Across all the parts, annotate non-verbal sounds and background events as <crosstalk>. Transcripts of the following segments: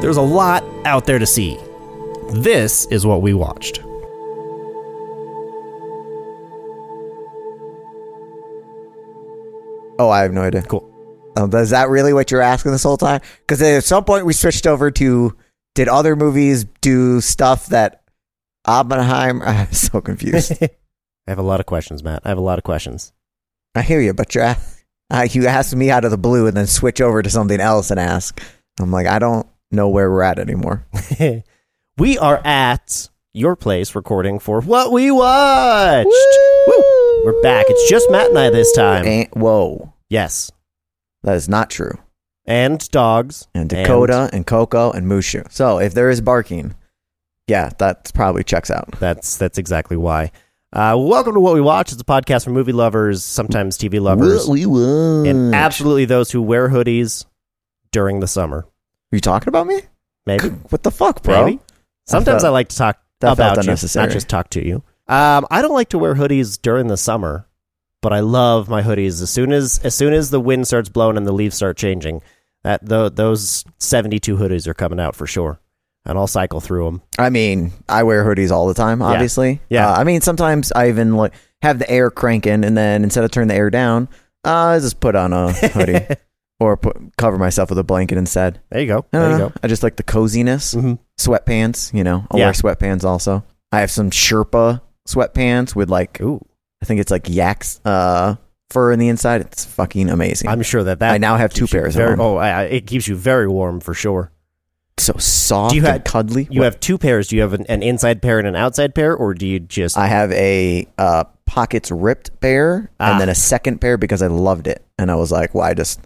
There's a lot out there to see. This is what we watched. Oh, I have no idea. Cool. Um, but is that really what you're asking this whole time? Because at some point we switched over to did other movies do stuff that Oppenheimer? <laughs> I'm so confused. <laughs> I have a lot of questions, Matt. I have a lot of questions. <laughs> I hear you, but you're, uh, you asked me out of the blue and then switch over to something else and ask. I'm like, I don't know where we're at anymore. we are at your place recording for what we watched. Woo! We're back. It's just Matt and I this time. And, whoa, Yes. that is not true. And dogs. And Dakota and, Coco and Mushu. So if there is barking, yeah, that probably checks out. That's that's exactly why. Uh, welcome to What We Watch. It's a podcast for movie lovers, sometimes TV lovers, What we watch. and absolutely those who wear hoodies during the summer. you talking about me? Maybe. What the fuck, bro? Maybe. Sometimes felt- I like to talk that felt about you, unnecessary. not just talk to you. Um, I don't like to wear hoodies during the summer, but I love my hoodies. As soon as as soon as the wind starts blowing and the leaves start changing, that tho- those seventy two hoodies are coming out for sure, and I'll cycle through them. I mean, I wear hoodies all the time, obviously. Yeah. Uh, I mean, sometimes I even like have the air cranking, and then instead of turn the air down, uh, I just put on <laughs> a hoodie or put, cover myself with a blanket instead. There you go. I There you don't go. know. I just like the coziness. Mhm. Sweatpants, you know. I'll Yeah. wear sweatpants also. I have some Sherpa sweatpants with like Ooh, I think it's like yak's uh, fur in the inside. It's fucking amazing. I'm sure that that I now have two keeps you pairs of Very, them. Oh, I, I- it keeps you very warm for sure. so soft Do you and have- cuddly. You have two pairs. Do you have an, an inside pair and an outside pair, or do you just I have a uh, pockets ripped pair Ah. and then a second pair because I loved it. And I was like, well, I just,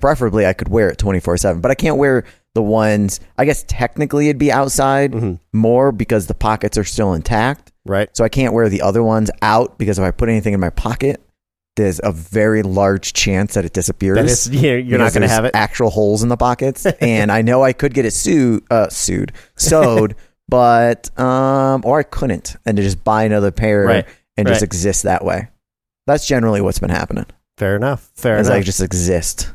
preferably I could wear it 24 7, but I can't wear the ones, I guess technically it'd be outside Mhm. more because the pockets are still intact. right? So I can't wear the other ones out because if I put anything in my pocket, there's a very large chance that it disappears. That is, <laughs> you're, you're not going because to there's have it. Actual holes in <laughs> the pockets, and I know I could get it sued, uh, sued, sewed, but um, or I couldn't, and to just buy another pair Right, and just right. exist that way. That's generally what's been happening. Fair enough. Fair is enough. I just exist.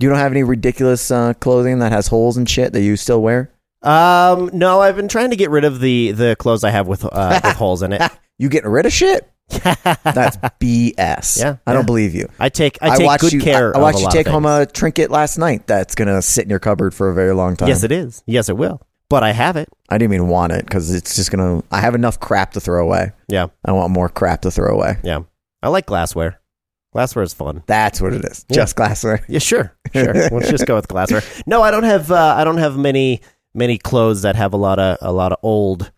You don't have any ridiculous uh, clothing that has holes and shit that you still wear. Um, no, I've been trying to get rid of the the clothes I have with <laughs> uh, with holes in it. You getting rid of shit? That's BS. Yeah, I don't yeah. believe you. <laughs> I take I take watched good you, care. I, I of watched a you lot take of home things. a trinket last night that's gonna sit in your cupboard for a very long time. Yes, it is. Yes, it will. But I have it. I didn't even want it because it's just gonna. I have enough crap to throw away. Yeah, I want more crap to throw away. yeah. I like glassware. Glassware is fun. That's what it is. Yeah. Just glassware. Yeah, sure, sure. Let's just go with <laughs> glassware. No, I don't have uh, I don't have many many clothes that have a lot of a lot of old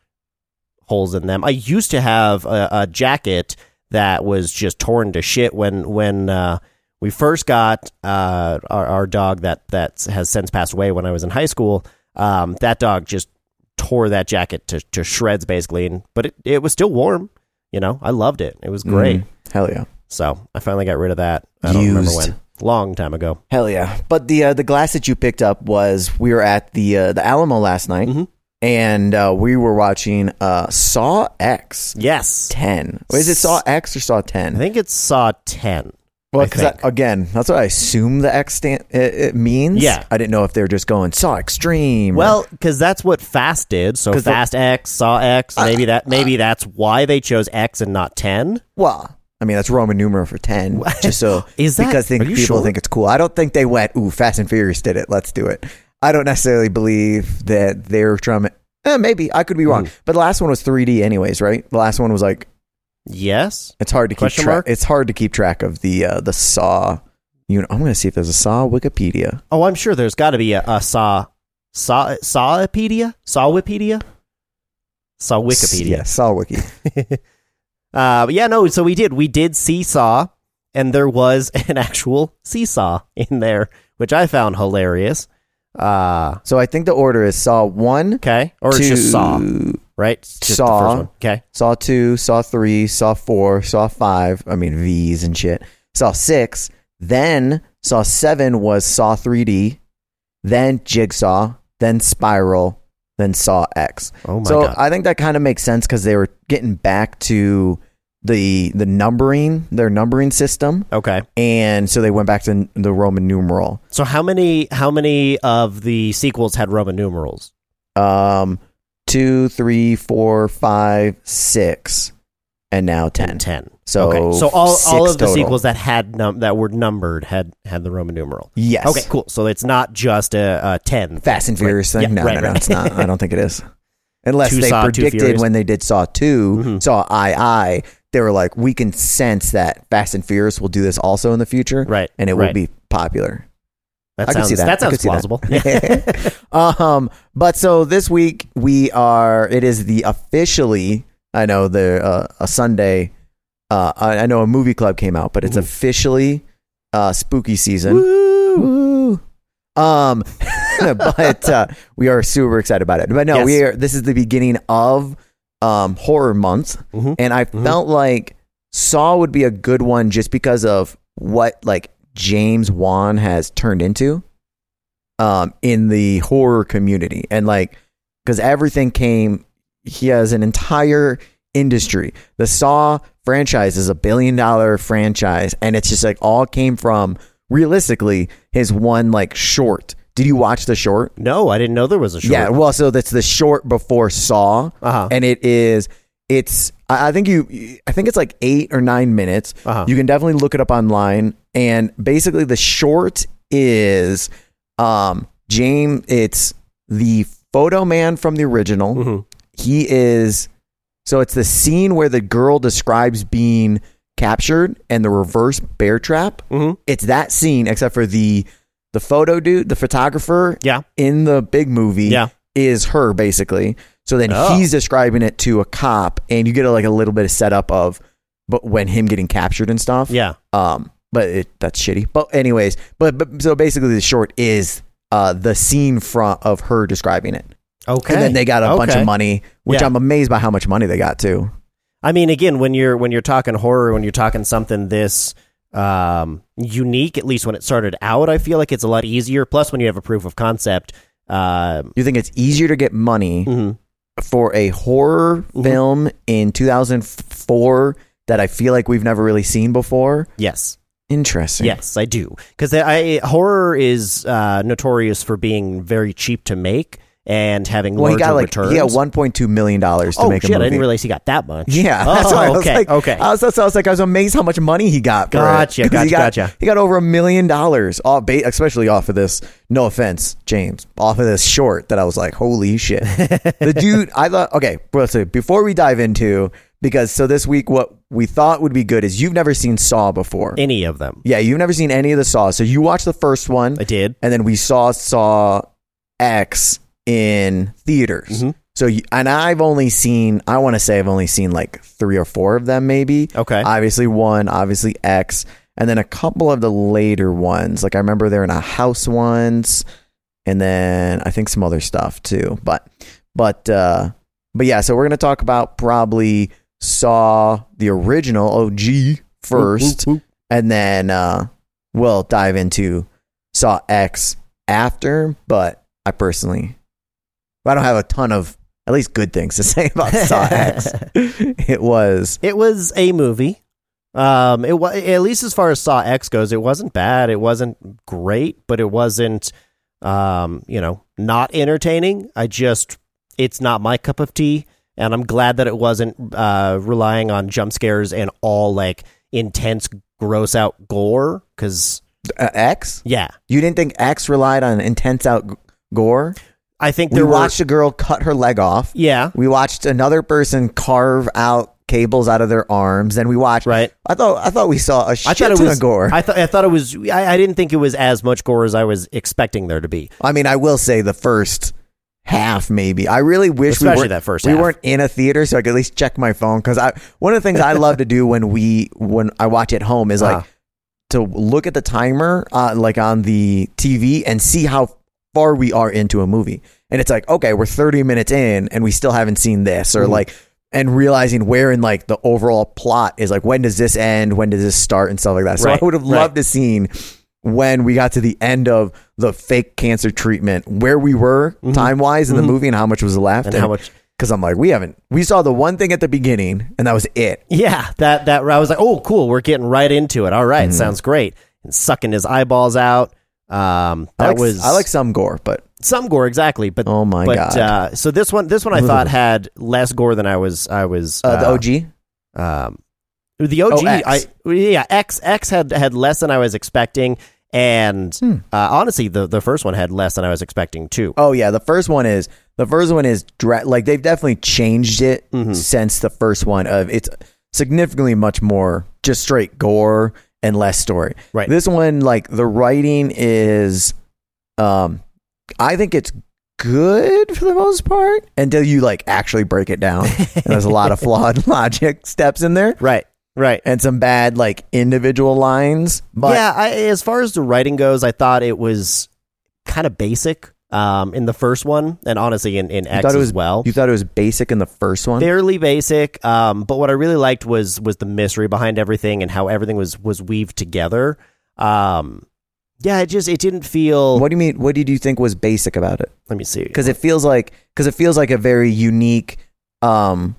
holes in them. I used to have a, a jacket that was just torn to shit when when uh, we first got uh, our, our dog that that has since passed away. When I was in high school, um, that dog just tore that jacket to, to shreds basically. And but it, it was still warm. You know, I loved it. It was great. Mm. Hell yeah. So I finally got rid of that. I don't remember Used. when. Long time ago. Hell yeah. But the uh, the glass that you picked up was we were at the uh, the Alamo last night, Mhm. and uh, we were watching uh, Saw X Yes. ten. Is it Saw X or Saw ten? I think it's Saw 10. Well, I because think. again, that's what I assume the X stand, it, it means. Yeah. I didn't know if they were just going Saw Extreme. or- Well, because that's what Fast did. So 'Cause the- Uh, Fast X, Saw X. Maybe that. Maybe that's why they chose X and not 10. Well, I mean that's Roman numeral for ten. Just so <laughs> Is that- because think are you people sure? think it's cool. I don't think they went, "Ooh, Fast and Furious did it. Let's do it." I don't necessarily believe that they're trying. Eh, maybe I could be wrong, but the last one was 3D, anyways, right? The last one was like Yes. it's hard to keep Question track. mark? It's hard to keep track of the uh, the Saw. You know, I'm going to see if there's a Saw Wikipedia. Oh, I'm sure there's got to be a, a Saw. Saw. Sawipedia? Sawipedia? Saw Wikipedia. yeah, Saw Wiki. Uh, but yeah, no. So <laughs> we did. We did Seesaw, and there was an actual seesaw in there which I found hilarious. Uh, So I think the order is Saw one, okay, or it's two, just Saw, right? It's just the Saw. first one. Okay, Saw two, Saw three, Saw four, Saw five. I mean V's and shit. Saw six. Then Saw seven was Saw 3D. Then Jigsaw. Then Spiral. Then Saw X. oh my so god, I think that kind of makes sense because they were getting back to the the numbering their numbering system, okay. and so they went back to the Roman numeral. So how many how many of the sequels had Roman numerals? Um, two, three, four, five, six, and now ten. Ten. So okay, so all, all six of the total. sequels that had num- that were numbered had had the Roman numeral. Yes. Okay, cool. So it's not just a, a ten. Fast and Right. Furious thing? Yeah, no, right, no, no, right. it's not. I don't think <laughs> it is. Unless Two they Saw, two predicted Furious. when they did Saw 2, Mhm. Saw I I, they were like, we can sense that Fast and Furious will do this also in the future, Right, and it right. will be popular. That I sounds can see that. I sounds can see that. plausible. <laughs> um, but so this week we are. It is the officially. I know the uh, a Sunday. Uh, I, I know a movie club came out, but it's Ooh. officially uh, spooky <laughs> season. Woo. Um, <laughs> but uh, we are super excited about it. But no, Yes. we are. This is the beginning of um, horror month, Mhm. and I Mhm. felt like Saw would be a good one just because of what like James Wan has turned into um, in the horror community, and like because everything came. He has an entire industry. The Saw franchise is a billion dollar franchise, and it's just like all came from realistically his one like short. Did you watch the short? no, I didn't know there was a short. Yeah, well, so that's the short before Saw, Uh-huh. and it is it's I I think you I think it's like eight or nine minutes. Uh-huh. You can definitely look it up online, and basically the short is um James. It's the photo man from the original Mhm. he is so it's the scene where the girl describes being captured and the reverse bear trap Mhm. it's that scene except for the the photo dude the photographer Yeah. in the big movie Yeah. is her basically so then Oh. he's describing it to a cop and you get a, like a little bit of setup of but when him getting captured and stuff Yeah. um, but it, that's shitty. But anyways, but, but so basically, the short is uh the scene from of her describing it, Okay. and then they got a bunch Okay. of money, which Yeah. I'm amazed by how much money they got too. I mean, again, when you're when you're talking horror, when you're talking something this um, unique, at least when it started out, I feel like it's a lot easier. Plus, when you have a proof of concept, um, You think it's easier to get money mhm. for a horror Mm-hmm. film in 2004 that I feel like we've never really seen before? yes, Interesting. yes, I do, because I horror is uh, notorious for being very cheap to make and having Well, larger he got like returns. he got 1.2 million dollars to oh make shit! a movie. I didn't realize he got that much. <laughs> Yeah, <laughs> Oh, that's why I was okay. like, uh, okay. I was, that's why I was like, I was amazed how much money he got. For it. Gotcha, 'Cause gotcha, he got, gotcha. He got over a million dollars, off, ba- especially off of this. No offense, James, off of this short that I was like, <laughs> holy shit, the dude. I thought, okay, well, so before we dive into because so this week what we thought would be good is you've never seen Saw before. Any of them? yeah, you've never seen any of the Saw, so you watched the first one, I did. and then we saw Saw X in theaters. So So, you- and I've only seen, I want to say I've only seen like three or four of them, maybe. Okay. Obviously, one, obviously X, and then a couple of the later ones. Like, I remember they're in a house once, and then I think some other stuff too. But, but, uh, but yeah, so we're going to talk about probably Saw the original OG first Oop, oop, oop. and then uh, we'll dive into Saw X after. But I personally, I don't have a ton of at least good things to <laughs> say about Saw <laughs> X. It was It was a movie. Um, it was at least as far as Saw X goes, it wasn't bad. It wasn't great, but it wasn't, um, you know, not entertaining. I just, it's not my cup of tea, and I'm glad that it wasn't uh, relying on jump scares and all like intense, gross out gore. Because uh, X. yeah, You didn't think X relied on intense out g- gore? I think We there were- watched a girl cut her leg off. Yeah, We watched another person carve out cables out of their arms. Then we watched. Right. I thought. I thought we saw a shit I thought it ton was of gore. I thought I thought it was. I, I didn't think it was as much gore as I was expecting there to be. I mean, I will say the first half, maybe. I really wish we Especially weren't, that first we half. weren't in a theater, so I could at least check my phone because I one of the things I love to do when we when I watch at home is like Uh-huh. to look at the timer uh, like on the TV and see how far we are into a movie. And it's like, okay, we're 30 minutes in and we still haven't seen this Mm-hmm. or like and realizing where in like the overall plot is like when does this end, when does this start and stuff like that. So Right, I would have right. loved to seen when we got to the end of the fake cancer treatment, where we were time wise in the movie and how much was left Mm-hmm. And how much- because I'm like, we haven't we saw the one thing at the beginning and that was it. Yeah, that that I was like, oh, cool, we're getting right into it. All right, Mm-hmm. sounds great. And sucking his eyeballs out. Um, that I like, was I like some gore, but some gore exactly, but Oh my but, God. Uh, so this one, this one I <laughs> thought had less gore than I was. I was uh, the OG um, the OG, Oh, X. I yeah, X X had had less than I was expecting, and uh, honestly, the the first one had less than I was expecting too. Hmm. Oh yeah, the first one is the first one is dra- like they've definitely changed it Mm-hmm. since the first one of it's significantly much more just straight gore and less story. Right. This one like the writing is um I think it's good for the most part until you like actually break it down. and there's a lot of flawed <laughs> logic steps in there Right, right. and some bad like individual lines, but yeah, I, as far as the writing goes, I thought it was kind of basic um, in the first one, and honestly, in in X thought it as was- well. you thought it was basic in the first one. fairly basic. Um, but what I really liked was was the mystery behind everything and how everything was was weaved together. Um, yeah, it just it didn't feel. What do you mean what did you think was basic about it? let me see. because it feels like because it feels like a very unique um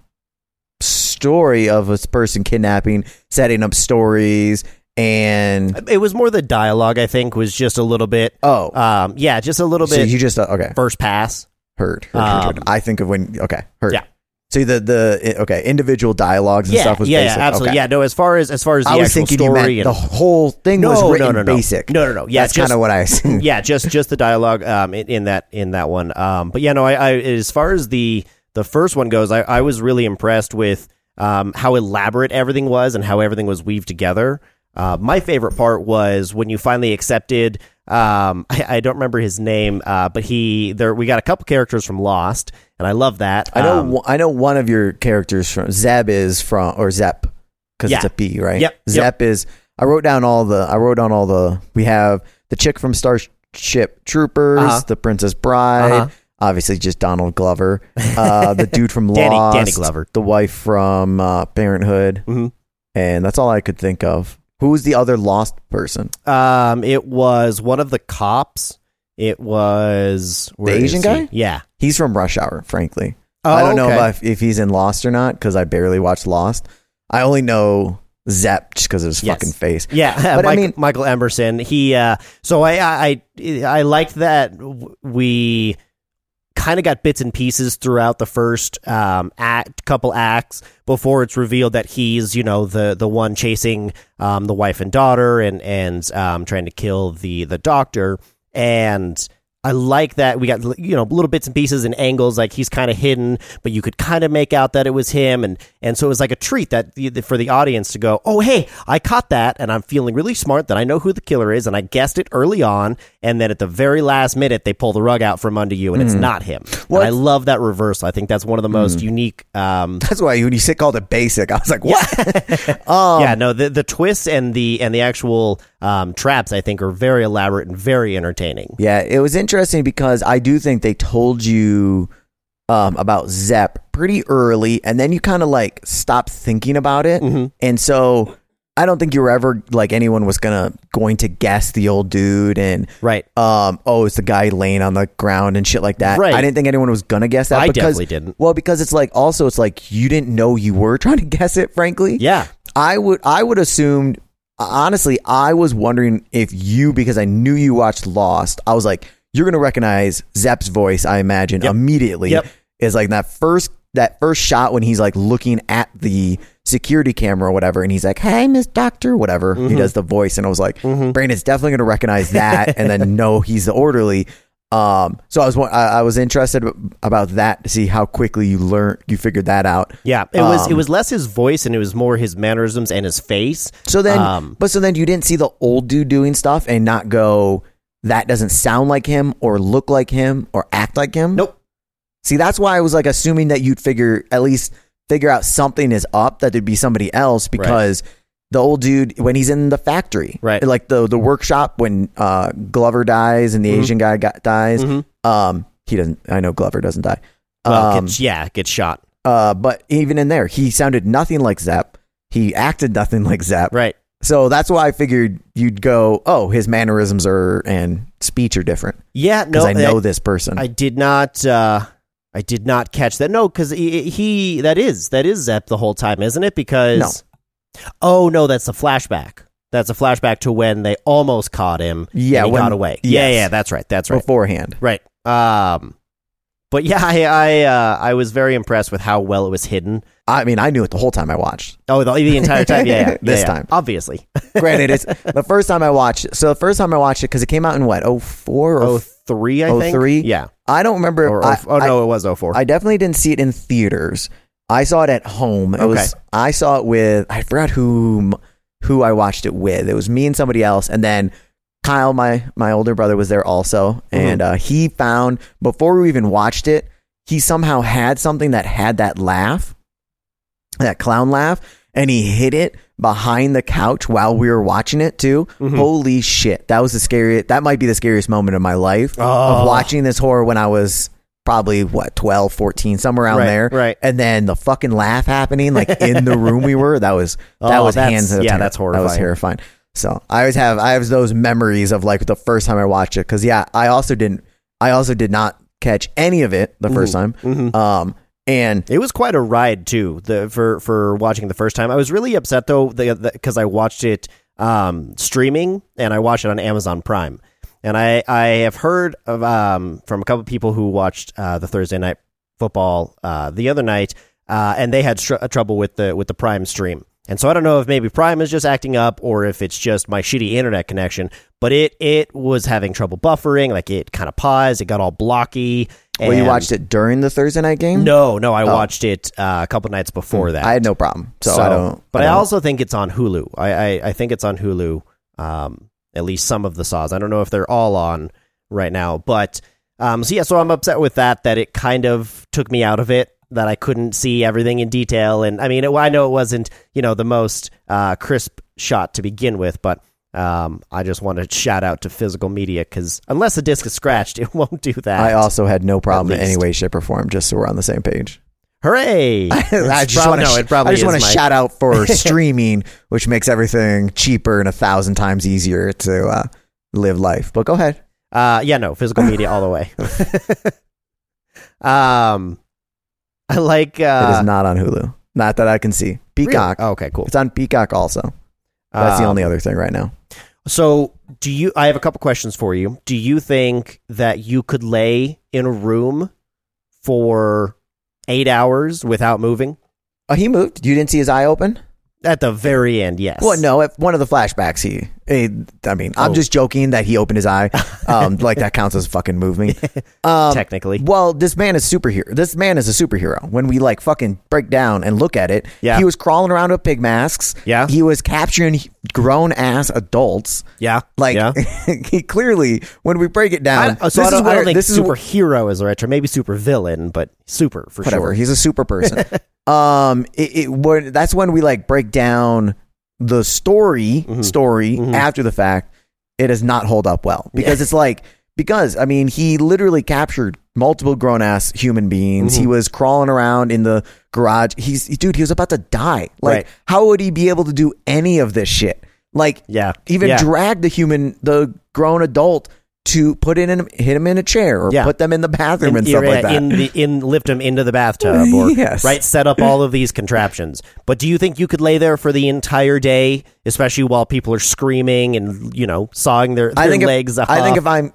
story of a person kidnapping setting up stories and It was more the dialogue. I think was just a little bit. oh Um, yeah, just a little so bit you just uh, okay first pass. heard, heard, heard, heard. Um, i think of when okay heard Yeah. so the the i- okay individual dialogues and Yeah, stuff was yeah, basic yeah, absolutely. okay. Yeah, no. As far as as far as the i was actual thinking story you meant and the whole thing no, was no, written no, no, basic No, no, no. Yeah, that's just- kind of what i <laughs> assumed yeah, just just the dialogue um, in, in that in that one. Um, but yeah, no, I, I as far as the the first one goes, I, I was really impressed with um, how elaborate everything was and how everything was weaved together. Uh, my favorite part was when you finally accepted. Um, <laughs> I, I don't remember his name, uh, but he there. We got a couple characters from Lost, and I love that. i know Um, one- i know one of your characters from zeb is from or zep because it's Yeah. a p right Yep, yep. zep is i wrote down all the i wrote down all the we have the chick from starship troopers Uh-huh. the princess bride Uh-huh. obviously just donald <laughs> glover uh the dude from Danny- lost Danny Glover. the wife from uh parenthood Mhm. and that's all i could think of who was the other lost person Um, it was one of the cops. It was where Asian is he? guy? Yeah. he's from rush hour frankly Oh, I don't know okay. about if, if he's in Lost or not because I barely watched Lost. I only know Zep just because of his Yes. fucking face. Yeah, <laughs> But I Michael, mean- Michael Emerson. He uh, so I I I, I liked that w- we kind of got bits and pieces throughout the first um, act, couple acts before it's revealed that he's you know the the one chasing um, the wife and daughter and and um, trying to kill the the doctor and. I like that we got you know little bits and pieces and angles like he's kind of hidden, but you could kind of make out that it was him, and and so it was like a treat that the, for the audience to go, oh hey, I caught that, and I'm feeling really smart that I know who the killer is, and I guessed it early on, and then at the very last minute they pull the rug out from under you, and Hmm. it's not him. Well, and I love that reversal. I think that's one of the most Hmm. unique. Um, That's why when you said called it basic, I was like, what? <laughs> Oh, yeah, no, the the twists and the and the actual um, traps I think are very elaborate and very entertaining. Yeah, it was interesting because I do think they told you um, about Zep pretty early, and then you kind of like stopped thinking about it, Mm-hmm. and so I don't think you were ever like anyone was gonna going to guess the old dude and Right. Um, oh, it's the guy laying on the ground and shit like that. Right. I didn't think anyone was gonna guess that. I because, definitely didn't. Well, because it's like also it's like you didn't know you were <laughs> trying to guess it. Frankly, Yeah. I would I would assume honestly I was wondering if you because I knew you watched Lost I was like you're gonna recognize Zepp's voice I imagine immediately Yep. is like that first that first shot when he's like looking at the security camera or whatever and he's like hey Miss Doctor whatever Mm-hmm. he does the voice and I was like Brandon's definitely gonna recognize that <laughs> and then no he's the orderly. Um, so I was wa- I, I was interested about that to see how quickly you learn you figured that out. Yeah, it was it Um, was less his voice and it was more his mannerisms and his face. So then, Um, but so then you didn't see the old dude doing stuff and not go, that doesn't sound like him or look like him or act like him. Nope. See, that's why I was like assuming that you'd figure at least figure out something is up that there'd be somebody else because the old dude when he's in the factory, Right. Like the the workshop when uh, Glover dies Mm-hmm. and the Asian guy got, dies. Mhm. Um, he doesn't. I know Glover doesn't die. Well, um, gets, yeah, gets shot. uh, but even in there, he sounded nothing like Zep. He acted nothing <laughs> like Zep. Right. So that's why I figured you'd go, oh, his mannerisms are and speech are different Yeah. No. because I know I, this person. I did not. Uh, I did not catch that. No, because he, he that is that is Zep the whole time, isn't it? Because oh no, that's a flashback. That's a flashback to when they almost caught him. Yeah, and he when- got away. Yeah, yes. yeah, that's right. That's right. beforehand. Right. Um, but yeah, <laughs> I I, uh, I was very impressed with how well it was hidden. I mean, I knew it the whole time I watched. Oh, the, the entire time. Yeah, yeah, yeah, <laughs> This yeah. time. Oh, obviously. Granted, it's the first time I watched. it. So the first time I watched it because it came out in what 04 <laughs> or Oh three, I Oh, think. three? Yeah. I don't remember. Or, I, oh no, it was oh four. I, I definitely didn't see it in theaters. I saw it at home. It was I saw it with I forgot whom who I watched it with. It was me and somebody else, and then Kyle, my my older brother, was there also, and uh, he found before we even watched it, he somehow had something that had that laugh, that clown laugh, and he hid it behind the couch while we were watching it too. Holy shit, that was the scariest. That might be the scariest moment of my life of Oh. watching this horror when I was probably what 12 14 somewhere around Right, there right. and then the fucking laugh happening like in the room we were that was that Oh, was that's- hands yeah, that's that was horrifying. terrifying so i always have i have those memories of like the first time i watched it because yeah i also didn't i also did not catch any of it the first time mm-hmm. um and It was quite a ride too. The for for watching the first time, I was really upset though because I watched it um, streaming and I watched it on Amazon Prime. And I I have heard of um, from a couple of people who watched uh, the Thursday night football uh, the other night, uh, and they had str- trouble with the with the Prime stream. And so I don't know if maybe Prime is just acting up or if it's just my shitty internet connection. But it it was having trouble buffering. Like it kind of paused. It got all blocky. well you and- watched it during the thursday night game no, no, I watched it uh, a couple nights before that. Oh. Hmm. i had no problem so, i don't But I, I don't- also think it's on Hulu. I, I, I think it's on Hulu. Um, at least some of the saws. I don't know if they're all on right now, but um, so yeah. So I'm upset with that. That it kind of took me out of it. That I couldn't see everything in detail. And I mean, it, I know it wasn't you know the most uh, crisp shot to begin with, but. Um, I just want to shout out to physical media because unless the disc is scratched, <laughs> it won't do that. I also had no problem in any least. way shape or form just so we're on the same page Hooray! <laughs> I It's just prob- want to. no, it probably I just is want to my- shout out <laughs> for streaming, which makes everything cheaper and a thousand times easier to uh, live life. But go ahead. Uh, yeah, no, physical media all the way. <laughs> um, I like. it Uh, is not on Hulu. Not that I can see. Peacock. Really? Oh, okay, cool. It's on Peacock also. That's the Um, only other thing right now. So, do you? I have a couple questions for you. Do you think that you could lay in a room for eight hours without moving? Oh, he moved. You didn't see his eye open. At the very end, yes. Well, no. At one of the flashbacks, he. eh, I mean, I'm Oh. just joking that he opened <laughs> his eye. Um, like that counts as fucking moving. Um, technically. Well, this man is superhero. This man is a superhero. When we like fucking break down and look at it, Yeah. he was crawling around with pig masks. Yeah. he was capturing grown ass adults. yeah, Like <laughs> yeah. he clearly, when we break it I, down, so I is don't, I where- don't think this is superhero is the right term. Maybe supervillain, but super for whatever. sure. He's a super <laughs> person. um, it, it when- that's when we like break down the story Mm-hmm. story after the fact. It does not hold up well because it's like because I mean he literally captured multiple grown ass human beings. Mm-hmm. He was crawling around in the garage. He's dude. He was about to die. Like Right. how would he be able to do any of this shit? Like Yeah, even yeah. drag the human the grown adult. To put in him, hit him in a chair, or Yeah. put them in the bathroom and stuff yeah, like that. In the in lift him into the bathtub or <laughs> Yes. right set up all of these contraptions. But do you think you could lay there for the entire day, especially while people are screaming and you know sawing their, their legs if, off? I think if I'm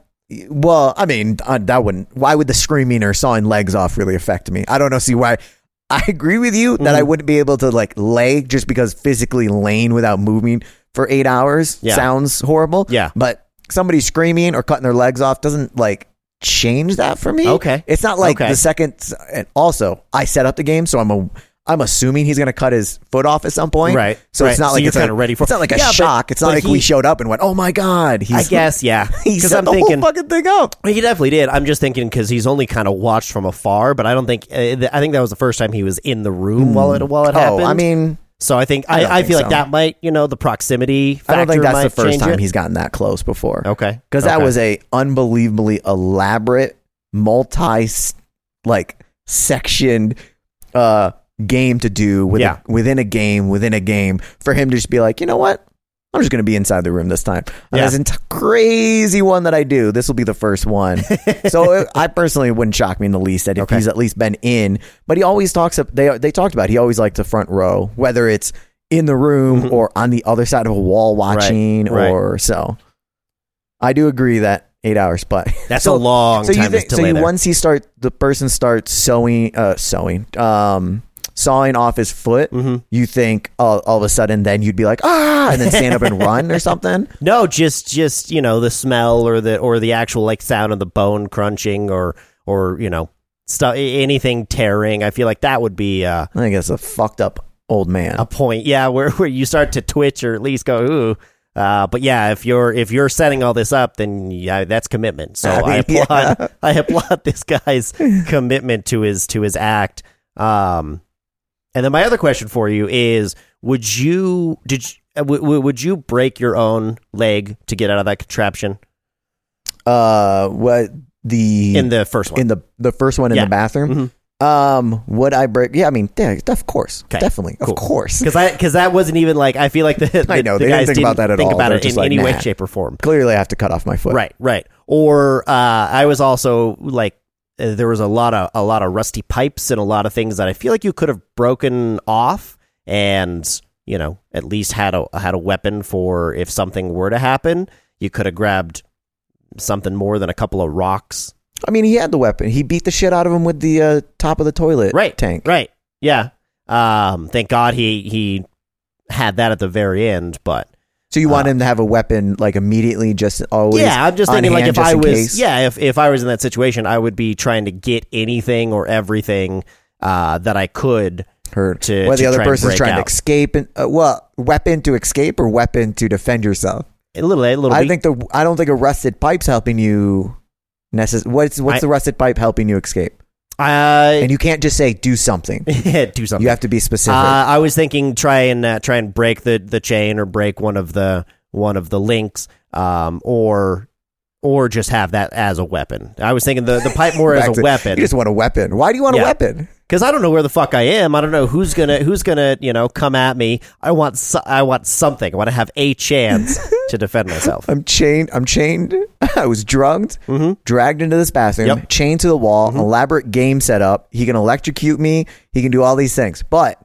well, I mean uh, that wouldn't. Why would the screaming or sawing legs off really affect me? I don't know. See why. <laughs> I agree with you that Mm-hmm. I wouldn't be able to like lay just because physically laying without moving for eight hours Yeah. sounds horrible. Yeah. but somebody screaming or cutting their legs off doesn't like change that for me. Okay. it's not like Okay. the second. And also, I set up the game, so I'm a. I'm assuming he's going to cut his foot off at some point, Right, So it's right. not So like you're it's a- kinda ready for- It's not like a Yeah, but- shock. it's not but like we he- showed up and went, "Oh my god!" He's, I <laughs> guess, yeah, he because set I'm the thinking. whole fucking thing up. he definitely did. I'm just thinking because he's only kind of watched from afar, but I don't think. Uh, th- I think that was the first time he was in the room while it while it oh, happened. I mean, So I think I, I don't I, think feel so. like that might you know the proximity. Factor I don't think that's might the first change time it. he's gotten that close before. okay because that Okay. was a unbelievably elaborate multi s- like sectioned uh game to do with Yeah. a, within a game within a game for him to just be like you know what i'm just going to be inside the room this time and Yeah. this ent- crazy one that i do this will be the <laughs> first one so it, i personally it wouldn't shock me in the least that if Okay. he's at least been in but he always talks up they they talked about it. he always liked the front row whether it's in the room Mhm. or on the other side of a wall watching right. or so I do agree that eight hours, but <laughs> That's So- a long so time you think to so lay you there. once he start the person starts sewing uh sewing um sawing off his foot, Mhm. you think all, all of a sudden then you'd be like ah and then stand <laughs> up and run or something. No, just just you know the smell or the or the actual like sound of the bone crunching or or you know stuff anything tearing. I feel like that would be uh, I think that's a fucked up old man. a point. Yeah, where where you start to twitch or at least go ooh. Uh, but yeah, if you're if you're setting all this up, then yeah, that's commitment. <laughs> So I I, mean, applaud I applaud this guy's commitment to his to his act. Um, and then my other question for you is: Would you did you, uh, w- w- would you break your own leg to get out of that contraption Uh, what the in the first <laughs> one? in the the first one in Yeah. Mm-hmm. the bathroom. Um, would I break? Yeah, I mean, yeah, of course, definitely, cool. of course. Because I because that wasn't even like I feel like the, the I know, the they didn't guys think about that at think all. about They're it just in like, any nah. way, shape, or form. Clearly, I have to cut off my foot. Right, right. Or uh, I was also like, uh, there was a lot of a lot of rusty pipes and a lot of things that I feel like you could have broken off, and you know, at least had a had a weapon for if something were to happen, you could have grabbed something more than a couple of rocks. I mean, he had the weapon. He beat the shit out of him with the uh, top of the toilet Right, tank. right, yeah. Um, thank God he he had that at the very end, but So you want him to have a weapon like immediately, just always. Uh, yeah, I'm just on thinking like hand if just I in was case. yeah, if if I was in that situation, I would be trying to get anything or everything uh, that I could heard. to- Whether to the other try and person's break trying to out. escape, and uh, well, weapon to escape or weapon to defend yourself. a little a little I bit. think the I don't think a rusted pipe's helping you. Necess- what's what's I- the rusted pipe helping you escape? uh, And you can't just say do <laughs> something. do something. You have to be specific. Uh, I was thinking try and uh, try and break the, the chain or break one of the one of the links, um, or or just have that as a weapon. I was thinking the, the pipe <laughs> more Back as a to- You weapon just want a weapon. Why do you want a Yeah. weapon? because I don't know where the fuck I am. I don't know who's gonna who's gonna you know come at me. I want so- I want something. I want to have a <laughs> chance to defend myself. I'm chained. I'm chained. <laughs> I was drugged, Mhm. dragged into this bathroom, Yep. Mm-hmm. chained to the wall. Elaborate game setup. He can electrocute me. He can do all these things, but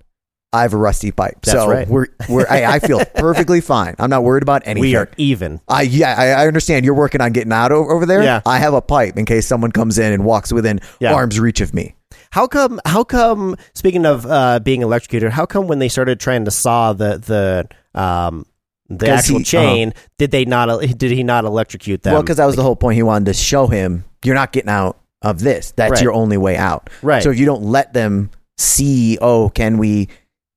I have a rusty pipe, That's so right. we're we're. I, <laughs> I feel perfectly fine. I'm not worried about anything. We are even. I yeah. I, I understand you're working on getting out o- over there. Yeah. I have a pipe in case someone comes in and walks within Yeah. arm's reach of me. How come? How come? Speaking of uh, being electrocuted, how come when they started trying to saw the the um, the 'Cause actual he- uh-huh. chain, did they not? uh, Did he not electrocute them? Well, because that was the whole point. He wanted to show him you're not getting out of this. That's Right. your only way out. Right. So if you don't let them see, oh, can we?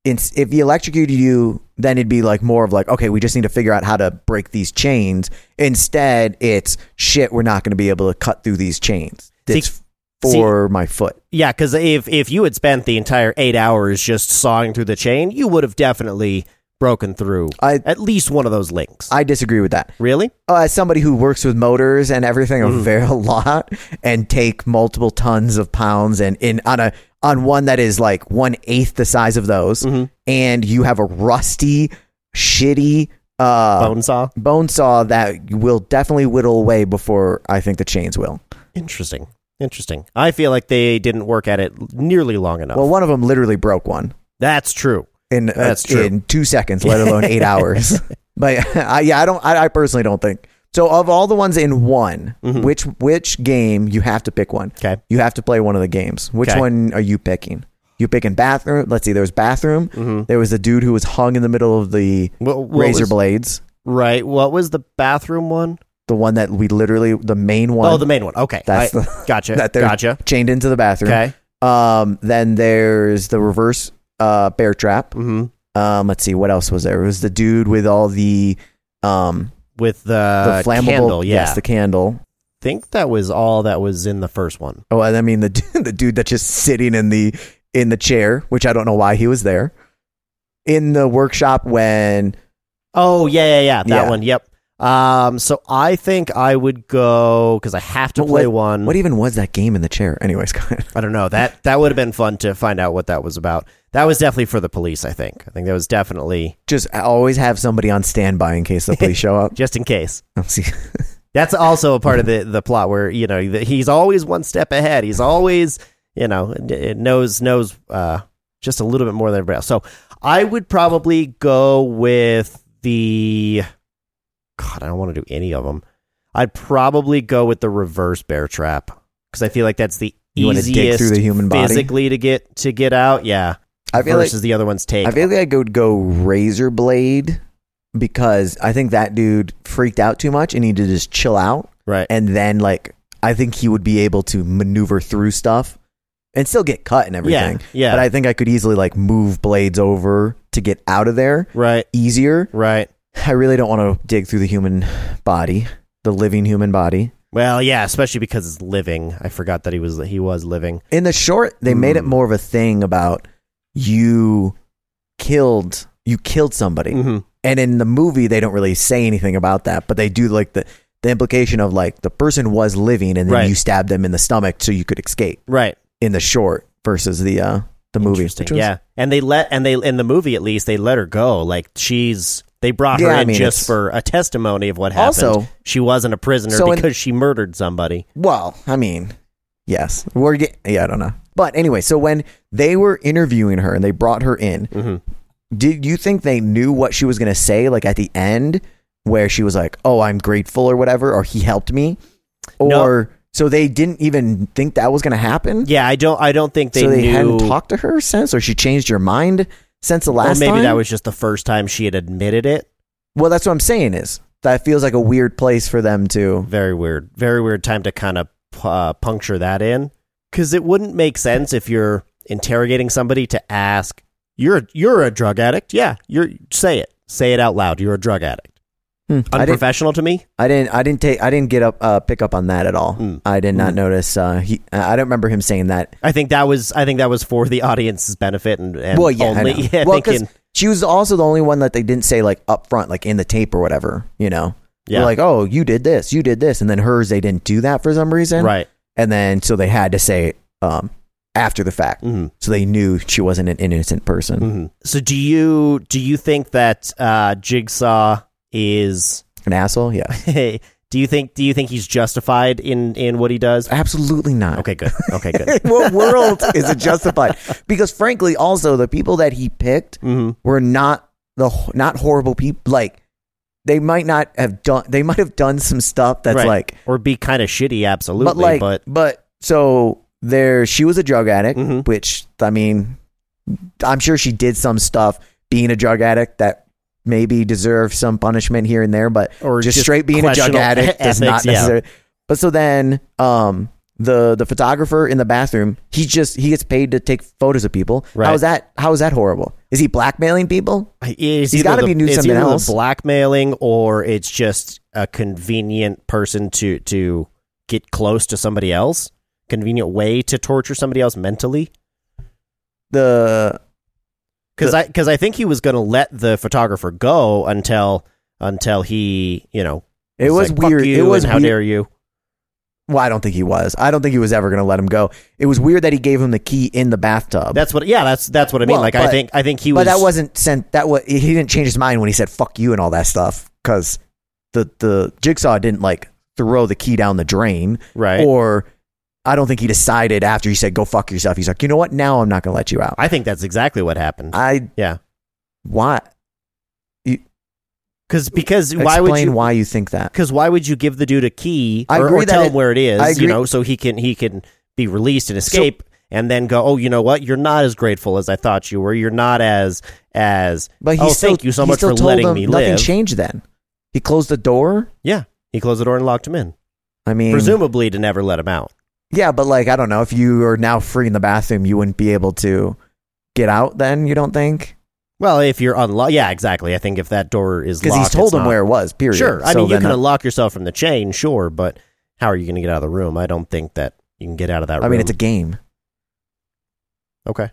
ins- If he electrocuted you, then it'd be like more of like, okay, we just need to figure out how to break these chains. Instead, it's shit. We're not going to be able to cut through these chains. See- It's for my foot. yeah, because if if you had spent the entire eight hours just sawing through the chain, you would have definitely broken through I- at least one of those links. I disagree with that. really? Uh, as somebody who works with motors and everything Mm-hmm. a very <laughs> lot and take multiple tons of pounds and in on a on one that is like one eighth the size of those, Mm-hmm. and you have a rusty, shitty uh, Bone saw. bone saw that will definitely whittle away before I think the chains will. Interesting. Interesting. I feel like they didn't work at it nearly long enough. Well, one of them literally broke one That's true. in uh, That's true. in two seconds, let <laughs> alone eight hours. But <laughs> I, yeah, I don't. I, I personally don't think so. Of all the ones in one, Mm-hmm. which which game you have to pick one. Okay. you have to play one of the games. Which Okay. one are you picking? You picking bathroom? Let's see. There was bathroom. There was a dude who was hung in the middle of the What, Mm-hmm. what razor was- blades. Right. What was the bathroom one? The one that we literally the main one. Oh, the main one. Okay. That's I- the- gotcha. that they're gotcha. <laughs> chained into the bathroom. Okay. Um. Then there's the reverse uh bear trap. hmm Um. Let's see. What else was there? It was the dude with all the um With the, the flammable. Uh, candle, yeah. Yes, the candle. I think that was all that was in the first one. Oh, and I mean <laughs> the the dude that's just sitting in the in the chair, which I don't know why he was there. in the workshop when Oh yeah, yeah, yeah. That Yeah. one. Yep. Um. So I think I would go because I have to What- play one. what even was that game in the chair? Anyways, <laughs> go ahead. I don't know that that would have been fun to find out what that was about. That was definitely for the police. I think. I think that was definitely just always have somebody on standby in case the police show up. <laughs> just in case. Oh, see. That's also a part of the the plot where you know that he's always one step ahead. He's always you know d- knows knows uh, just a little bit more than everybody else. So I would probably go with the God. I don't want to do any of them. I'd probably go with the reverse bear trap because I feel like that's the You want to easiest dig through the human body? physically to get to get out. Yeah, I feel like versus the other one's take. I feel like I would go razor blade because I think that dude freaked out too much and needed to just chill out. right. And then like I think he would be able to maneuver through stuff and still get cut and everything. yeah. But I think I could easily like move blades over to get out of there right. easier. Right. I really don't want to dig through the human body, the living human body. Well, yeah, especially because it's living. I forgot that he was he was living. In the short, they made it Hmm. more of a thing about you killed you killed somebody. Mm-hmm. And in the movie they don't really say anything about that, but they do like the the implication of like the person was living and then Right. you stabbed them in the stomach so you could escape Right. in the short versus the uh the movie. Interesting. which was- Yeah, and they let and they in the movie at least they let her go. Like she's they brought her Yeah, I in mean, just it's- for a testimony of what happened. Also- she wasn't a prisoner So in- because she murdered somebody. Well, I mean, yes. We're get, yeah, I don't know. But anyway, so when they were interviewing her and they brought her in, Mhm. did you think they knew what she was going to say like at the end where she was like, "Oh, I'm grateful" or whatever or he helped me? No. Or so they didn't even think that was going to happen? Yeah, I don't. I don't think they, so they knew. hadn't talked to her since or she changed her mind since the or last maybe time? that was just the first time she had admitted it. Well, that's what I'm saying is that feels like a weird place for them to Very weird. Very weird time to kind of uh, puncture that in because it wouldn't make sense if you're interrogating somebody to ask you're you're a drug addict. Yeah, you're say it. Say it out loud. You're a drug addict. Hmm, I didn't- Unprofessional to me. I didn't. I didn't take. I didn't get up. Uh, pick up on that at all. Mm. I did not Mm. notice. Uh, he. I don't remember him saying that. I think that was I think that was for the audience's benefit and, and well, yeah. I only know. <laughs> yeah, well, 'cause thinking she was also the only one that they didn't say like up front, like in the tape or whatever. You know. They're yeah like, oh, you did this, you did this, and then hers they didn't do that for some reason. right And then so they had to say it, um after the fact, hmm so they knew she wasn't an innocent person. hmm so do you do you think that uh, Jigsaw is <laughs> An asshole. Yeah. do you think do you think he's justified in in what he does Absolutely not. okay good okay good In <laughs> what world is it justified? Because frankly, also the people that he picked hmm were not the not horrible people. Like they might not have done. They might have done some stuff that's Right. like, or be kind of shitty absolutely but, but like, but, so there, she was a drug addict, Mhm. which I mean, I'm sure she did some stuff being a drug addict that maybe deserved some punishment here and there, but or just, straight being a drug questionable <laughs> addict does not ethics, yeah. necessarily. But so then, um, the the photographer in the bathroom, he just he gets paid to take photos of people. Right. How is that? How is that horrible? Is he blackmailing people? It's He's either gotta the- be new it's something either the else. blackmailing, or it's just a convenient person to to get close to somebody else. Convenient way to torture somebody else mentally. The Because I because I think he was going to let the photographer go until until he you know It was, like, "Fuck weird. you, it was and how weird. dare you? Well, I don't think he was. I don't think he was ever going to let him go. It was weird that he gave him the key in the bathtub. That's what yeah that's that's what I mean. Well, like I but- think I think he but was that wasn't sent. That was he didn't change his mind when he said "fuck you" and all that stuff because the the jigsaw didn't like throw the key down the drain right. or. I don't think he decided after he said "go fuck yourself." He's like, you know what? Now I'm not going to let you out. I think that's exactly what happened. I yeah, why because because why explain would you why you think that? Because why would you give the dude a key I or, agree or that tell it- him where it is? I You agree- know, so he can he can be released and escape, and then go. Oh, you know what? You're not as grateful as I thought you were. You're not as as. But he oh, still thank you so he much still for told letting him me nothing live. changed then. He closed the door. yeah, he closed the door and locked him in, I mean, presumably to never let him out. Yeah, but like I don't know if you are now free in the bathroom, you wouldn't be able to get out. Then you don't think Well, if you're unlocked, yeah, exactly. I think if that door is because locked, he's told it's him not- where it was. Period. Sure, I So mean you then can I- unlock yourself from the chain, sure, but how are you going to get out of the room? I don't think that you can get out of that. I mean, room. it's a game. okay.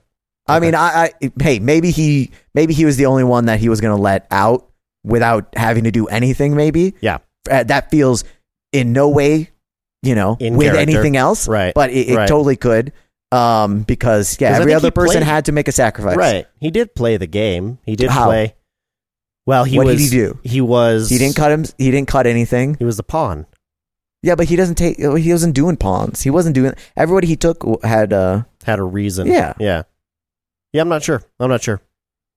I mean, I, I hey, maybe he maybe he was the only one that he was going to let out without having to do anything. Maybe Yeah. uh, that feels in no way, you know, In with character. anything else. Right. but it, it Right. totally could um, because yeah, 'Cause I every think other he person played- had to make a sacrifice. Right. He did play the game. He did How? play. Well, he What did was. he do? He was. He didn't cut him. He didn't cut anything. He was the pawn. Yeah, but he doesn't take. uh, He wasn't doing pawns. He wasn't doing. Everybody he took w- had. uh Had a reason. Yeah. Yeah. Yeah. I'm not sure. I'm not sure.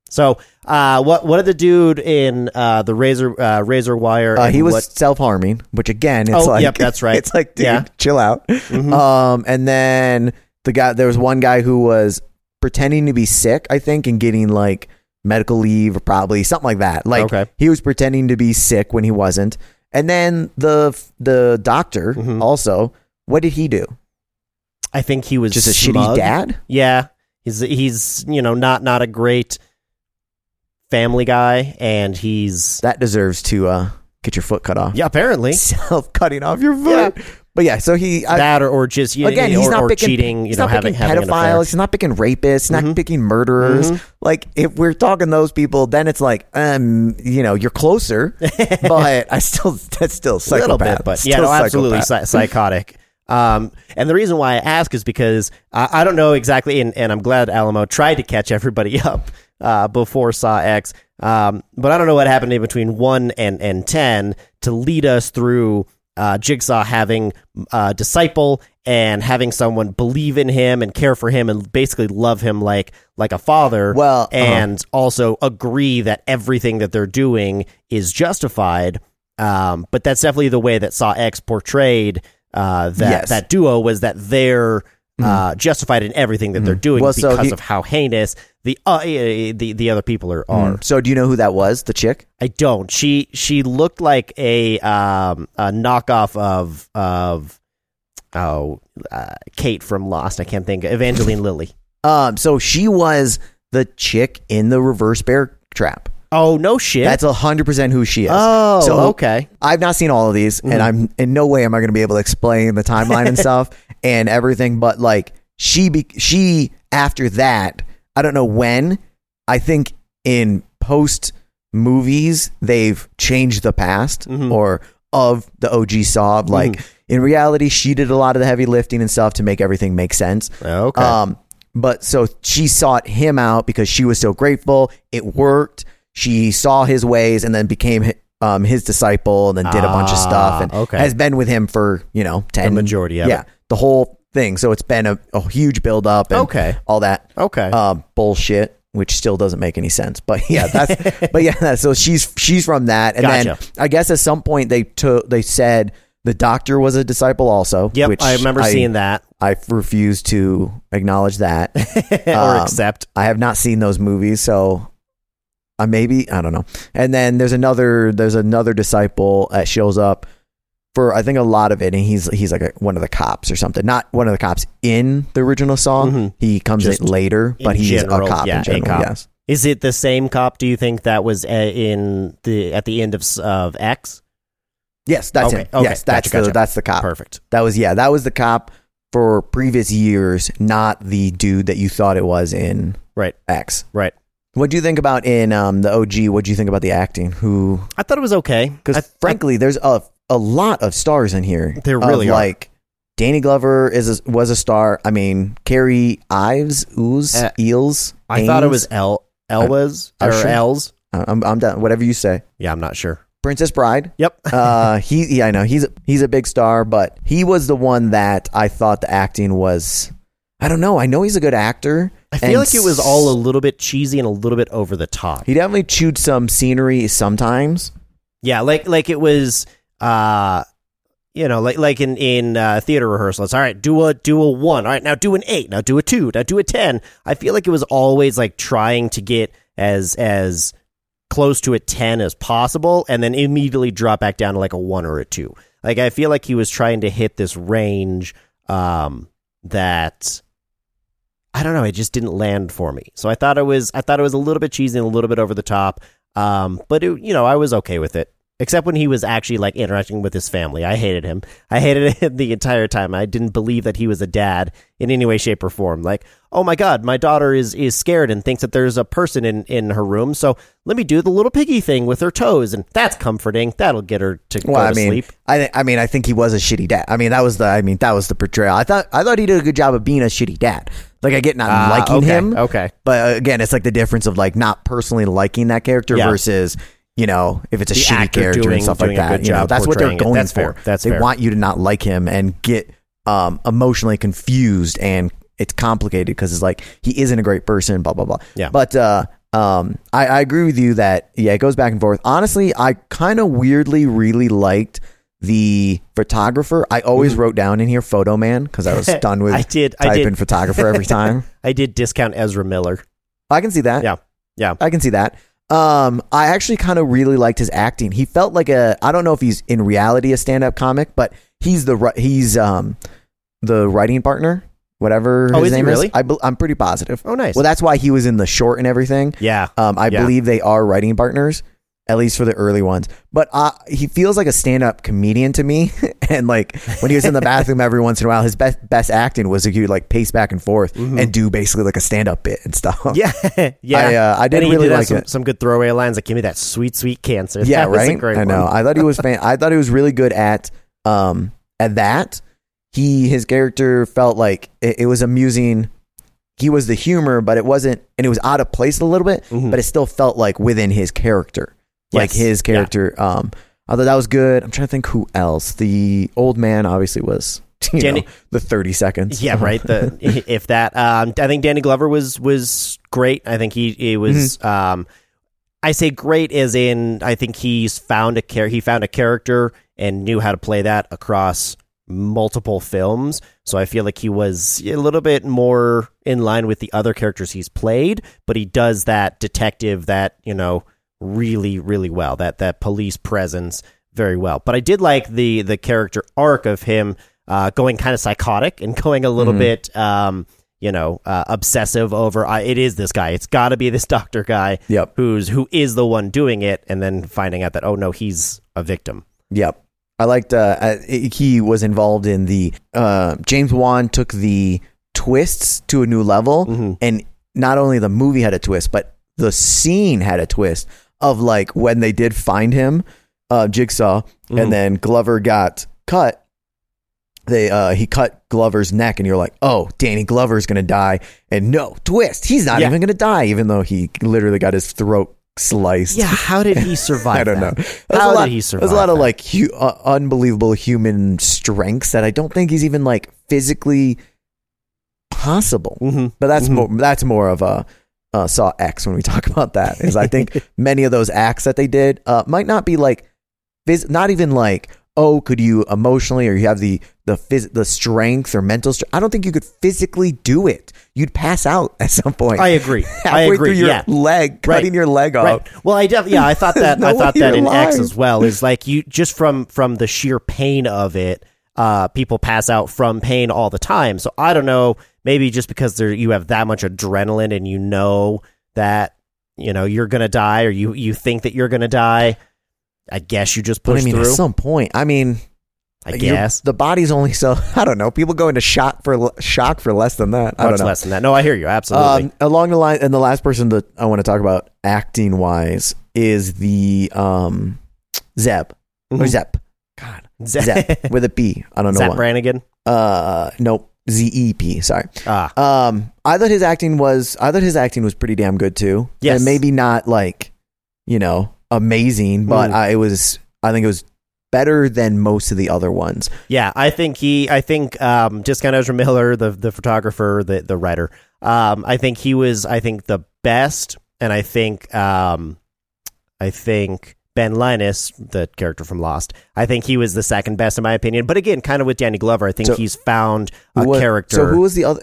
So, uh, what what did the dude in uh, the razor uh, razor wire? Uh, and he was what- self harming, which again, it's Oh, like yep, that's right. <laughs> It's like, dude, Yeah. chill out. Mhm. Um, and then the guy, there was one guy who was pretending to be sick, I think, and getting like medical leave or probably something like that. Like Okay. he was pretending to be sick when he wasn't. And then the the doctor Mhm. also, what did he do? I think he was Just a shitty smug. dad. Yeah, he's he's you know not not a great family guy, and he's That deserves to uh, get your foot cut off. yeah apparently <laughs> self cutting off your foot. But yeah, so he I, that or, or just you, again, or, he's not or picking cheating, you he's know, not having picking having an affair. Mm-hmm. pedophiles, he's not picking rapists, he's not picking murderers. Like if we're talking those people, then it's like, um, you know, <laughs> you're closer, but I still that's still a psychopath. little bit, but yeah, Still no, absolutely psychopath. psy- psychotic. Um, and the reason why I ask is because I, I don't know exactly, and, and I'm glad Alamo tried to catch everybody <laughs> up uh, before Saw X. Um, but I don't know what happened in between one and and ten to lead us through uh, Jigsaw having a disciple and having someone believe in him and care for him and basically love him like like a father. Well, uh-huh. and also agree that everything that they're doing is justified. Um, but that's definitely the way that Saw X portrayed uh, that Yes. that duo was that they're uh, justified in everything that they're doing Well, so because he- of how heinous the uh, eh, the the other people are. are. So do you know who that was? The chick? I don't. She she looked like a um a knockoff of of oh uh, Kate from Lost. I can't think. Evangeline Lilly. Um, so she was the chick in the reverse bear trap. <laughs> Oh no shit. That's a hundred percent who she is. oh so okay. I've not seen all of these, and I'm in no way am I going to be able to explain the timeline and stuff and everything. But like she, be, she after that, I don't know when. I think in post movies they've changed the past or of the OG Saw. of, Like in reality, she did a lot of the heavy lifting and stuff to make everything make sense. Okay. Um, but so she sought him out because she was so grateful. It worked. She saw his ways and then became hi- um, his disciple and then did a bunch of stuff and Ah, okay. has been with him for, you know, 10. majority of Yeah. The whole thing. So it's been a, a huge build up and Okay. all that Okay. um, bullshit, which still doesn't make any sense. But <laughs> yeah, that's but yeah. that's- So she's she's from that, and then Gotcha. I guess at some point they took they said the doctor was a disciple also. Yep, which I remember seeing that <laughs> I refuse to acknowledge that. <laughs> or um, accept. I have not seen those movies, so I maybe I don't know. And then there's another there's another disciple that shows up for I think a lot of it, and he's he's like a, one of the cops or something. Not one of the cops in the original Saw. Mhm. He comes Just in later, in but he's general, a cop yeah, in a general. cop. Yes. Is it the same cop? Do you think that was uh, in the at the end of s- of X? Yes, that's Okay, him. okay, yes, that's gotcha, the gotcha. that's the cop. Perfect. That was yeah, that was the cop for previous years, not the dude that you thought it was in Right. X. Right. What do you think about in um, the OG? What do you think about the acting? Who? I thought it was okay I- Because frankly, there's a a lot of stars in here. There of, really are. like Danny Glover is a, was a star. I mean, Carrie Ives, Ooze, Uh, Eels. I, thought it Ames. was L Elwas I- or sure. Els. I- I'm I'm done. Whatever you say. Yeah, I'm not sure. <laughs> Princess Bride. Yep. uh, he, yeah, I know he's a- he's a big star, but he was the one that I thought the acting was. I don't know. I know he's a good actor. I feel and like it was all a little bit cheesy and a little bit over the top. He definitely chewed some scenery sometimes. Yeah, like like it was uh you know, like like in in uh, theater rehearsals. All right, do a do a 1. All right, now do an 8. Now do a 2. Now do a 10. I feel like it was always like trying to get as as close to a 10 as possible and then immediately drop back down to like a 1 or a 2. Like I feel like he was trying to hit this range um that I don't know, it just didn't land for me. So I thought it was I thought it was a little bit cheesy and a little bit over the top. Um but it, you know, I was okay with it. except when he was actually like interacting with his family. I hated him. I hated <laughs> him the entire time. I didn't believe that he was a dad in any way, shape, or form. Like, oh my god, my daughter is is scared and thinks that there's a person in in her room. So let me do the little piggy thing with her toes, and that's comforting. That'll get her to Well, go I to mean, sleep. I th- I mean, I think he was a shitty dad. I mean, that was the I mean, that was the portrayal. I thought I thought he did a good job of being a shitty dad. Like I get not Ah, liking okay, him, okay. But uh, again, it's like the difference of like not personally liking that character Yeah. versus you know if it's a The shitty actor character doing- and stuff like doing a that. good You know, job that's what they're portraying it. going That's for. fair. That's they fair. want you to not like him and get um, emotionally confused and it's complicated because it's like he isn't a great person. Blah blah blah. Yeah. But uh, um, I, I agree with you that yeah, it goes back and forth. Honestly, I kind of weirdly really liked the photographer. I always wrote down in here photo man because I <laughs> was done with Mm-hmm. I did. I typing did. photographer <laughs> every time. I did discount Ezra Miller. I can see that. Yeah. Yeah. I can see that. Um, I actually kind of really liked his acting. He felt like a I don't know if he's in reality a stand up comic, but he's the ri- he's um the writing partner, whatever Oh, his is he name really? is. I bel- I'm pretty positive. Oh, nice. Well, that's why he was in the short and everything. yeah. Um, I Yeah. believe they are writing partners, at least for the early ones. But uh, he feels like a stand-up comedian to me. <laughs> and like when he was in the bathroom every once in a while, his best best acting was he would like pace back and forth Mm-hmm. and do basically like a stand-up bit and stuff. Yeah, <laughs> yeah. I, uh, I And didn't he really did have like some, <laughs> it. some good throwaway lines, like "Give me that sweet, sweet cancer." <laughs> yeah, That was a right. great I know. one. I thought <laughs> he was fan- I thought he was really good at um at that. He his character felt like it, it was amusing. He was the humor, but it wasn't, and it was out of place a little bit. Mhm. But it still felt like within his character, like Yes. his character. Um, I thought that was good. I'm trying to think who else. The old man obviously was. <laughs> You Danny- know, the 30 <laughs> seconds. Yeah, right. The <laughs> if that, um, I think Danny Glover was was great. I think he he was. Mm-hmm. Um, I say great as in I think he's found a care. He found a character and knew how to play that across multiple films. So I feel like he was a little bit more in line with the other characters he's played, but he does that detective that you know really really well. That that police presence very well. But I did like the the character arc of him uh, going kind of psychotic and <laughs> going a Mm-hmm. little bit, um, you know, uh, obsessive over. I it is this guy. It's got to be this <laughs> doctor guy. <laughs> Yep. Who's who is the one doing it, and then finding out that oh no, he's a victim. Yep. I liked. Uh, uh, he was involved in the uh, James Wan took the twists to a new level, Mm-hmm. and not only the movie had a twist, but the scene had a twist of like when they did find him, uh, Jigsaw, and then Glover got cut. They uh, he cut Glover's neck, and you're like, oh, Danny Glover's gonna die, and no twist, he's not Yeah. even gonna die, even though he literally got his throat sliced. Yeah. How did <laughs> he survive? I don't that? know. There's How a lot, did he survive? There's a lot of that? like hu- uh, unbelievable human strengths that I don't think he's even like physically possible. Mhm. But that's more that's more of a uh, Saw X when we talk <laughs> about that. Is <laughs> I think many of those acts that they did uh, might not be like phys- not even like oh could you emotionally or you have the the phys- the strength or mental strength. I don't think you could physically do it. You'd pass out at some point. I <laughs> agree. I Halfway agree. Through your yeah. leg, Right. cutting your leg off. Right. Well, I def- yeah, I <laughs> thought that No I thought way that you're in X alive. as well is like you just from from the sheer pain of it. Uh, people pass out from pain all the time. So I don't know. Maybe just because there you have that much adrenaline and you know that you know you're gonna die or you you think that you're gonna die. I guess you just But push I mean, through. at some point, I mean, I you're- guess the body's only so <laughs> I don't know. People go into shock for le- shock for less than that. I much don't know. less than that. No, I hear you absolutely. Um, along the line, and the last person that I want to talk about acting wise is the um, Zeb or Mhm. Zep. God, <laughs> Zep. Zep with a B. Um, I don't know Zap why. Brannigan. Uh, nope. Z E P. Sorry. Ah, Um, I thought his acting was I thought his acting was pretty damn good too. Yes. and maybe not like you know amazing, but Mm. I, it was I think it was better than most of the other ones. Yeah, I think he. I think um, discount Ezra Miller, the the photographer, the the writer. Um, I think he was. I think the best, and I think um, I think Ben Linus, the character from Lost. I think he was the second best in my opinion. But again, kind of with Danny Glover, I think So- he's found a Who wa- character. So who was the other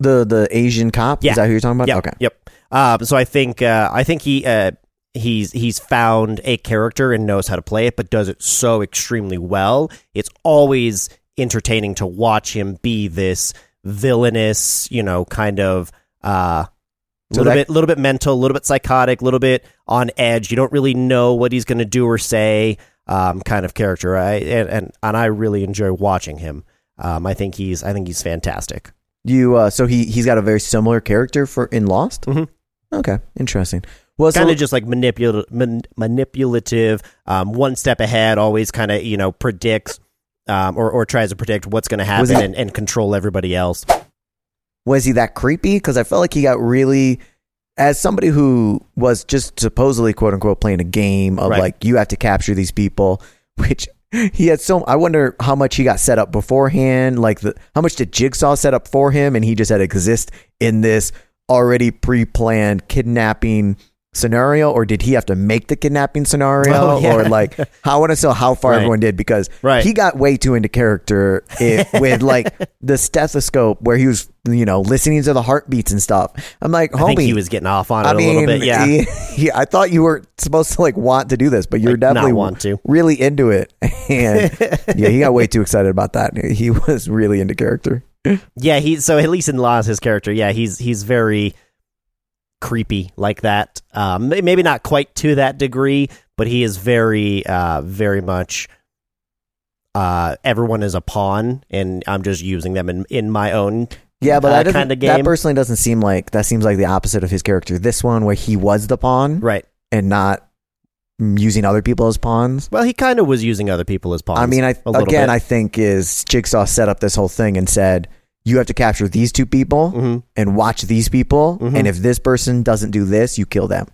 the the Asian cop? Yeah. Is that who you're talking about? Yep. Okay. Yep. Um, so I think uh, I think he uh, he's he's found a character and knows how to play it, but does it so extremely well. It's always entertaining to watch him be this villainous, you know, kind of uh, A So little that- bit, little bit mental, a little bit psychotic, a little bit on edge. You don't really know what he's going to do or say, um, kind of character. I and, and and I really enjoy watching him. Um, I think he's, I think he's fantastic. You uh, so he he's got a very similar character for in Lost. Mhm. Okay, interesting. Well, so kind of just like manipul- man- manipulative, um, one step ahead, always kind of you know predicts um, or or tries to predict what's going to happen he- and, and control everybody else. was he that creepy? Because I felt like he got really, as somebody who was just supposedly quote unquote playing a game of Right. like you have to capture these people, <laughs> which he had so. I wonder how much he got set up beforehand. Like the how much did Jigsaw set up for him, and he just had to exist in this already pre-planned kidnapping scenario, or did he have to make the kidnapping scenario, Oh, yeah. or like I want to know how far Right. everyone did because Right. he got way too into character <laughs> it, with like the stethoscope where he was, you know, listening to the heartbeats and stuff. I'm like, homie, I think he was getting off on it I a little bit. Yeah, he- he- I thought you were supposed to like want to do this, but you're Like, not definitely want to. really into it. <laughs> And yeah, he got way too excited about that. He was really into character. <laughs> yeah. He so at least in Laws, his character, yeah, he's he's very creepy like that. Um, may- maybe not quite to that degree, but he is very, uh, very much. Uh, everyone is a pawn, and I'm just using them in in my own Yeah, but Uh, that, doesn't- kinda that game. personally doesn't seem like that seems like the opposite of his character. This one where he was the pawn right. and not using other people as pawns. Well, he kind of was using other people as pawns. I mean, I a little again, bit. I think is Jigsaw set up this whole thing and said you have to capture these two people Mhm. and watch these people, Mhm. and if this person doesn't do this, you kill them.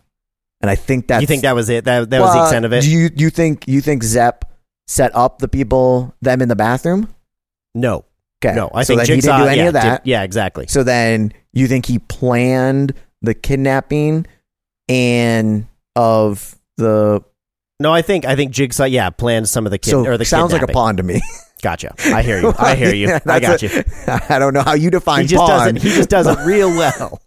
And I think that's you think that was it? That that was the Well, extent of it? Do you you think you think Zepp set up the people them in the bathroom? no, Okay, no. I so think then Jigsaw he didn't do any yeah, of that. did- yeah, exactly. So then you think he planned the kidnapping and of the No, I think I think Jigsaw yeah planned some of the kids so or the sounds like a kidnapping. pawn to me. Gotcha. I hear <laughs> you. I hear you. Yeah, I got that's a- you. <laughs> I don't know how you define He just pawn. does it. He just does it real well.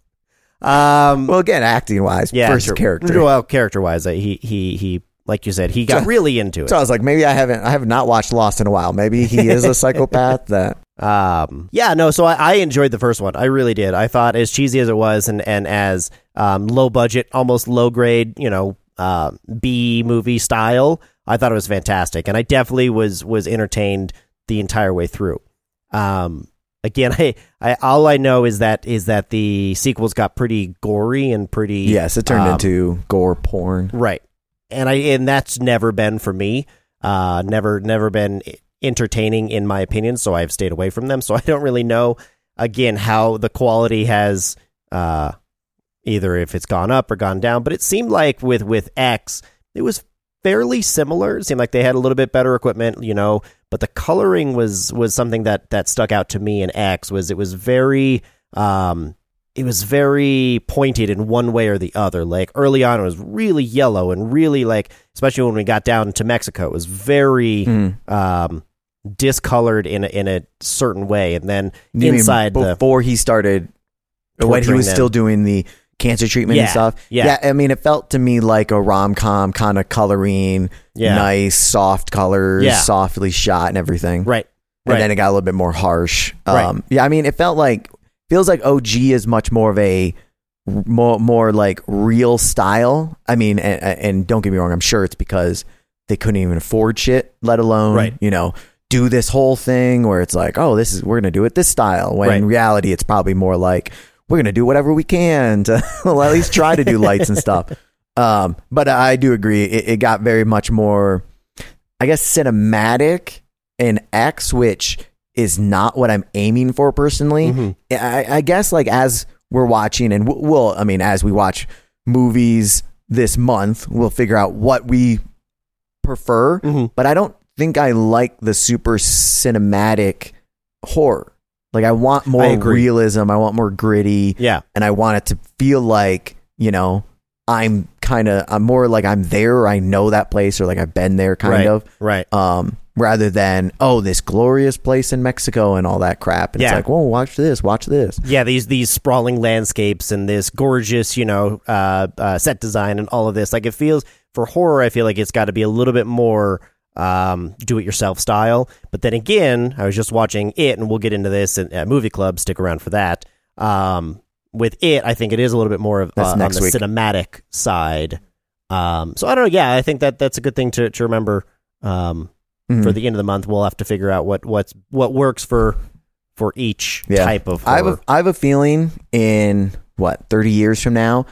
Um, <laughs> Well, again, acting wise, yeah, first true. character. Well, character wise, he he he like you said, he got So- really into it. So I was like, maybe I haven't, I have not watched Lost in a while. Maybe <laughs> he is a psychopath. That Um, yeah, no. So I, I enjoyed the first one. I really did. I thought as cheesy as it was, and and as um, low budget, almost low grade, you know, uh, B movie style, I thought it was fantastic, and I definitely was was entertained the entire way through. Um, again, <laughs> I, I all I know is that is that the sequels got pretty gory and pretty yes, it turned um, into gore porn. Right. And I and that's never been for me. Uh never never been entertaining in my opinion, so I've stayed away from them. So <laughs> I don't really know again how the quality has uh either if it's gone up or gone down, but it seemed like with with X, it was fairly similar. It seemed like they had a little bit better equipment, you know, but the coloring was was something that that stuck out to me in X was it was very um it was very pointed in one way or the other. Like early on, it was really yellow and really like, especially when we got down to Mexico, it was very Mm. um, discolored in a, in a certain way. And then You mean inside the before he started, when he Torturing was them. still doing the cancer treatment and Yeah, stuff. yeah. I mean, it felt to me like a rom com kind of coloring, yeah, nice soft colors, Yeah. softly shot and everything. right, and right, then it got a little bit more harsh. Um, Right. Yeah, I mean, it felt like feels like OG is much more of a more more like real style. I mean, and, and don't get me wrong, I'm sure it's because they couldn't even afford shit, let alone Right. you know do this whole thing where it's like, oh, this is we're gonna do it this style. When Right. in reality, it's probably more like we're gonna do whatever we can to <laughs> well, at least try to do lights and stuff. Um, but I do agree, it, it got very much more, I guess, cinematic in X, which is not what I'm aiming for personally. Mhm. I, I guess like as we're watching, and w- we'll, I mean, as we watch movies this month, we'll figure out what we prefer. Mhm. But I don't think I like the super cinematic horror. Like I want more agree. realism. I want more gritty yeah, and I want it to feel like, you know, I'm kind of, I'm more like I'm there, or I know that place, or like I've been there kind right, of, right, um, rather than, oh, this glorious place in Mexico and all that crap. And it's Yeah. like, whoa, watch this, watch this. yeah. These these sprawling landscapes and this gorgeous, you know, uh, uh, set design and all of this. Like it feels for horror, I feel like it's got to be a little bit more um, do it yourself style. But then again, I was just watching it, and we'll get into this at, at Movie Club. Stick around for that. Um, with it, I think it is a little bit more of uh, That's on next the week. cinematic side. Um, so I don't know. Yeah, I think that that's a good thing to to remember. Um, Mhm. for the end of the month, we'll have to figure out what what's what works for for each Yeah. type of I have horror. a, I have a feeling in what 30 years from now,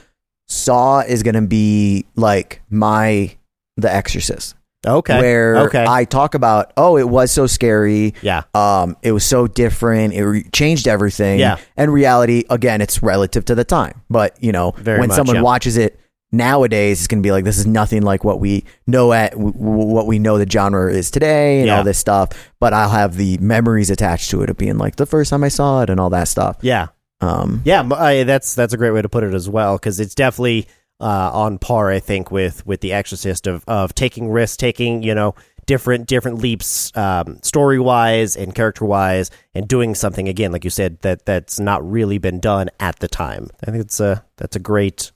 Saw is going to be like my The Exorcist, okay, where okay, I talk about oh it was so scary, yeah, um it was so different, it re- changed everything, Yeah. And reality again, it's relative to the time, but you know Very when much, someone yeah. watches it nowadays, it's going to be like this is nothing like what we know at w- w- what we know the genre is today and Yeah. all this stuff. But I'll have the memories attached to it of being like the first time I saw it and all that stuff. yeah, Um, yeah. m- I, that's that's a great way to put it as well because it's definitely uh, on par, I think, with with The Exorcist of of taking risks, taking you know different different leaps um, story wise and character wise, and doing something again, like you said, that that's not really been done at the time. I think it's a that's a great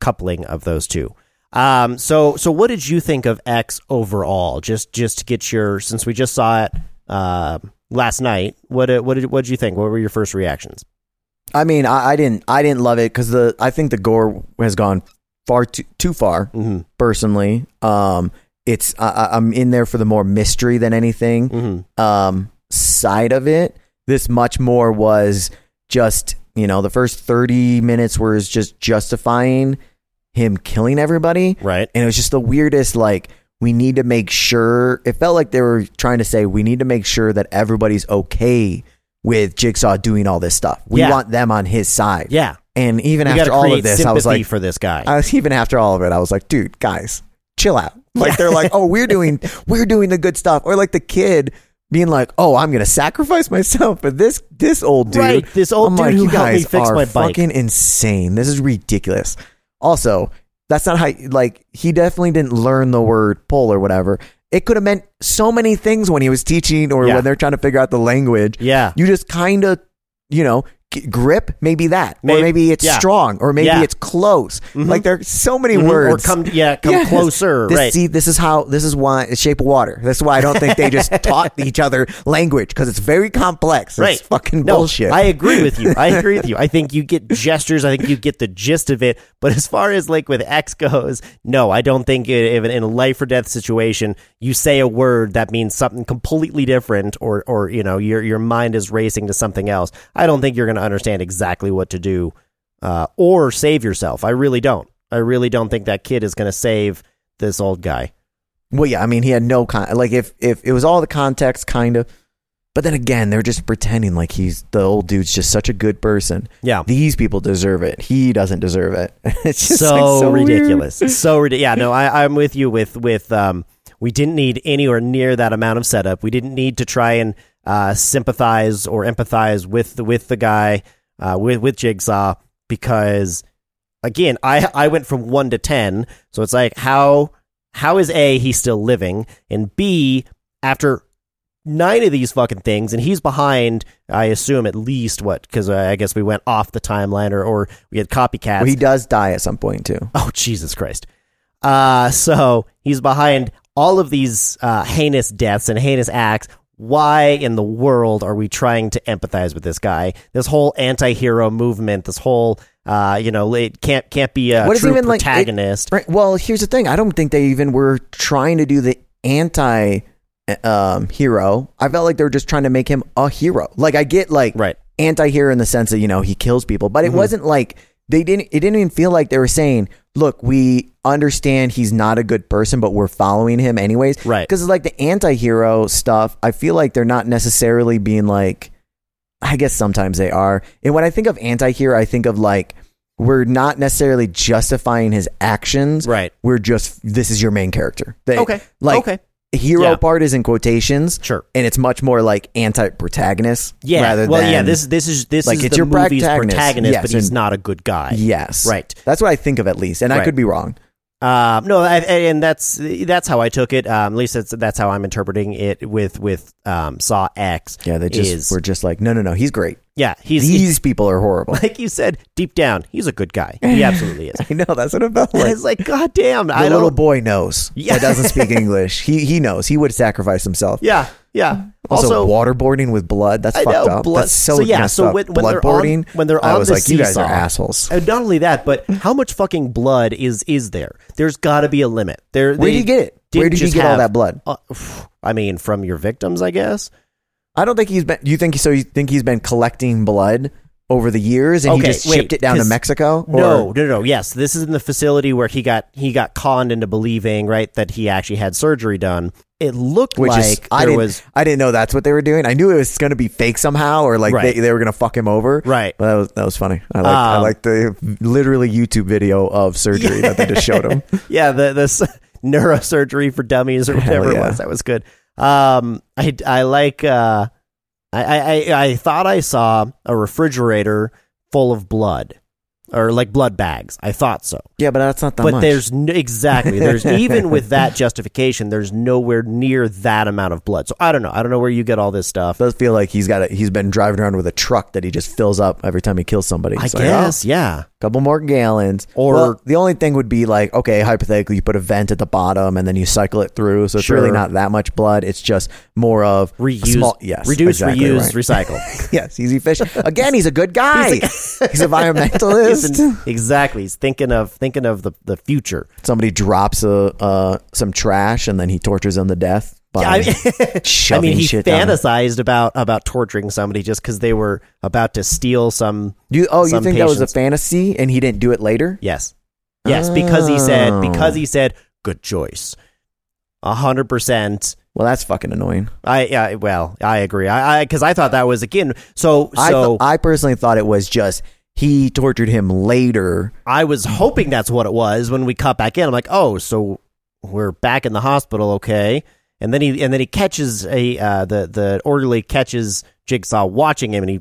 coupling of those two. Um, so so what did you think of X overall? Just just to get your since we just saw it um last night, what uh, what did what did you think? What were your first reactions? I mean, I, I didn't, I didn't love it because the, I think the gore has gone far too, too far. Mm-hmm. Personally, um, it's, I, I- I'm in there for the more mystery than anything. Mm-hmm. Um, side of it, this much more was just, you know, the first 30 minutes was just justifying him killing everybody, Right. and it was just the weirdest. Like, we need to make sure. It felt like they were trying to say we need to make sure that everybody's okay with Jigsaw doing all this stuff. We Yeah. want them on his side. Yeah. And even We after gotta all create of this, sympathy I was like, for this guy. I was, even after all of it, I was like, dude, guys, chill out. Like they're like, oh, we're doing, we're doing the good stuff, or like the kid being like, oh, I'm gonna sacrifice myself for this this old dude. Right, this old I'm dude like, who you helped me guys fix are my bike." fucking insane. This is ridiculous. Also, that's not how. Like he definitely didn't learn the word pull or whatever. It could have meant so many things when he was teaching or Yeah. when they're trying to figure out the language. yeah. You just kind of, you know, g- grip, maybe that. Maybe- or maybe it's yeah. strong, or maybe Yeah. it's close. Like there are so many Mhm. words. Or come yeah, come <laughs> Yes. closer. This, right. See, this is how, this is why, it's Shape of Water. That's why I don't think they <laughs> just taught each other language because it's very complex. It's Right. fucking No, bullshit. I agree with you. I agree <laughs> with you. I think you get gestures. I think you get the gist of it. But as far as like with X goes, no, I don't think it, if in a life or death situation you say a word that means something completely different, or or you know your your mind is racing to something else. I don't think you're going to understand exactly what to do uh, or save yourself. I really don't. I really don't think that kid is going to save this old guy. well, yeah, I mean, he had no con, like if, if it was all the context kind of, but then again, they're just pretending like he's, the old dude's just such a good person. Yeah. These people deserve it. He doesn't deserve it. <laughs> it's just so, like, so weird. ridiculous. So ridiculous. Yeah, no, I, I'm with you. With with um, we didn't need anywhere near that amount of setup. We didn't need to try and uh, sympathize or empathize with the, with the guy uh, with with Jigsaw because again, I I went from one to ten, so it's like how how is a he's still living and b after nine of these fucking things, and he's behind. I assume at least what because I guess we went off the timeline or or we had copycats. Well, he does die at some point too. <laughs> Oh, Jesus Christ. Uh, so he's behind all of these uh, heinous deaths and heinous acts. Why in the world are we trying to empathize with this guy? This whole anti-hero movement, this whole, uh, you know, it can't can't be a What is true even, like, it- protagonist. Right. Well, here's the thing. I don't think they even were trying to do the anti um, hero. I felt like they were just trying to make him a hero. Like I get like Right. Mm-hmm. anti hero in the sense that you know he kills people, but it wasn't like they didn't. It didn't even feel like they were saying, "Look, we understand he's not a good person, but we're following him anyways." Right. Because like the anti hero stuff, I feel like they're not necessarily being like. I guess sometimes they are. And when I think of anti hero, I think of like, we're not necessarily justifying his actions. Right. We're just, this is your main character. They- Okay. Like, Okay. hero Yeah. part is in quotations. Sure. And it's much more like anti protagonist. Yeah. Rather well, than, yeah. This this is this like, is it's the your movie's protagonist, protagonist. Yes, but he's and- not a good guy. Yes. Right. That's what I think of at least. And I Right. could be wrong. Um, no, I, I- and that's that's how I took it. Um, at least that's that's how I'm interpreting it with with um, Saw X. Yeah. They just is- were just like, no, no, no, he's great. yeah, he's These people <laughs> are horrible. <laughs> like you said, deep down, he's a good guy. He absolutely is. I know. That's what it felt And like. it's like, God damn, The I little don't. boy knows. Yeah. <laughs> That doesn't speak English. He he knows. He would sacrifice himself. Yeah, yeah. Also, Also, waterboarding with blood. That's I fucked know, up. blood- That's so, so yeah, messed so up. when- when blood they're on- boarding. when they're I on was the like, you guys are seesaw." assholes. and not only that, but how much fucking blood is is there? There's got to be a limit. There, Where they did you get it? Where didn't did you just get all have- that blood? Uh, phew, I mean, from your victims, I guess. I don't think he's been. You think so? You think he's been collecting blood over the years, and he Okay, just wait, shipped it down to 'cause- Mexico? No, Or- no, no. Yes, this is in the facility where he got he got conned into believing right that he actually had surgery done. It looked which like is I there didn't. was I didn't know that's what they were doing. I knew it was going to be fake somehow, or like Right. they, they were going to fuck him over. right. But that was that was funny. I like I Um, like the literally YouTube video of surgery that they just showed <laughs> him. yeah, the this <laughs> neurosurgery for dummies or whatever yeah. it was. That was good. Um, I I like uh, I, I I- I thought I saw a refrigerator full of blood or like blood bags. I thought so, Yeah, but that's not that but much. there's n exactly <laughs> there's even with that justification, there's nowhere near that amount of blood. So I don't know. I don't know where you get all this stuff. does feel like he's got a, he's been driving around with a truck that he just fills up every time he kills somebody. I It's like, oh, guess, yeah. couple more gallons. Or- Well, the only thing would be like, okay, hypothetically, you put a vent at the bottom and then you cycle it through. So it's really Sure. not that much blood. It's just more of a Reuse, Small, yes, reduce, exactly reuse, right. recycle. <laughs> yes, <laughs> he's efficient. Again, he's a good guy. <laughs> He's, <laughs> environmentalist. He's in- exactly. He's thinking of thinking of the, the future. Somebody drops a uh, some trash and then he tortures them to death by Yeah, <laughs> I shoving mean, he shit down their- fantasized about about torturing somebody just because they were about to steal some. You, oh, you some think that was a patients. fantasy and he didn't do it later? Yes, yes, because he Oh. said because he said good choice, a hundred percent. Well, that's fucking annoying. I yeah, well, I agree. I because I, thought that was again. So I, so th- I personally thought it was just he tortured him later. I was hoping that's what it was when we cut back in. I'm like, oh, so we're back in the hospital, okay? And then he and then he catches a uh, the the orderly catches Jigsaw watching him, and he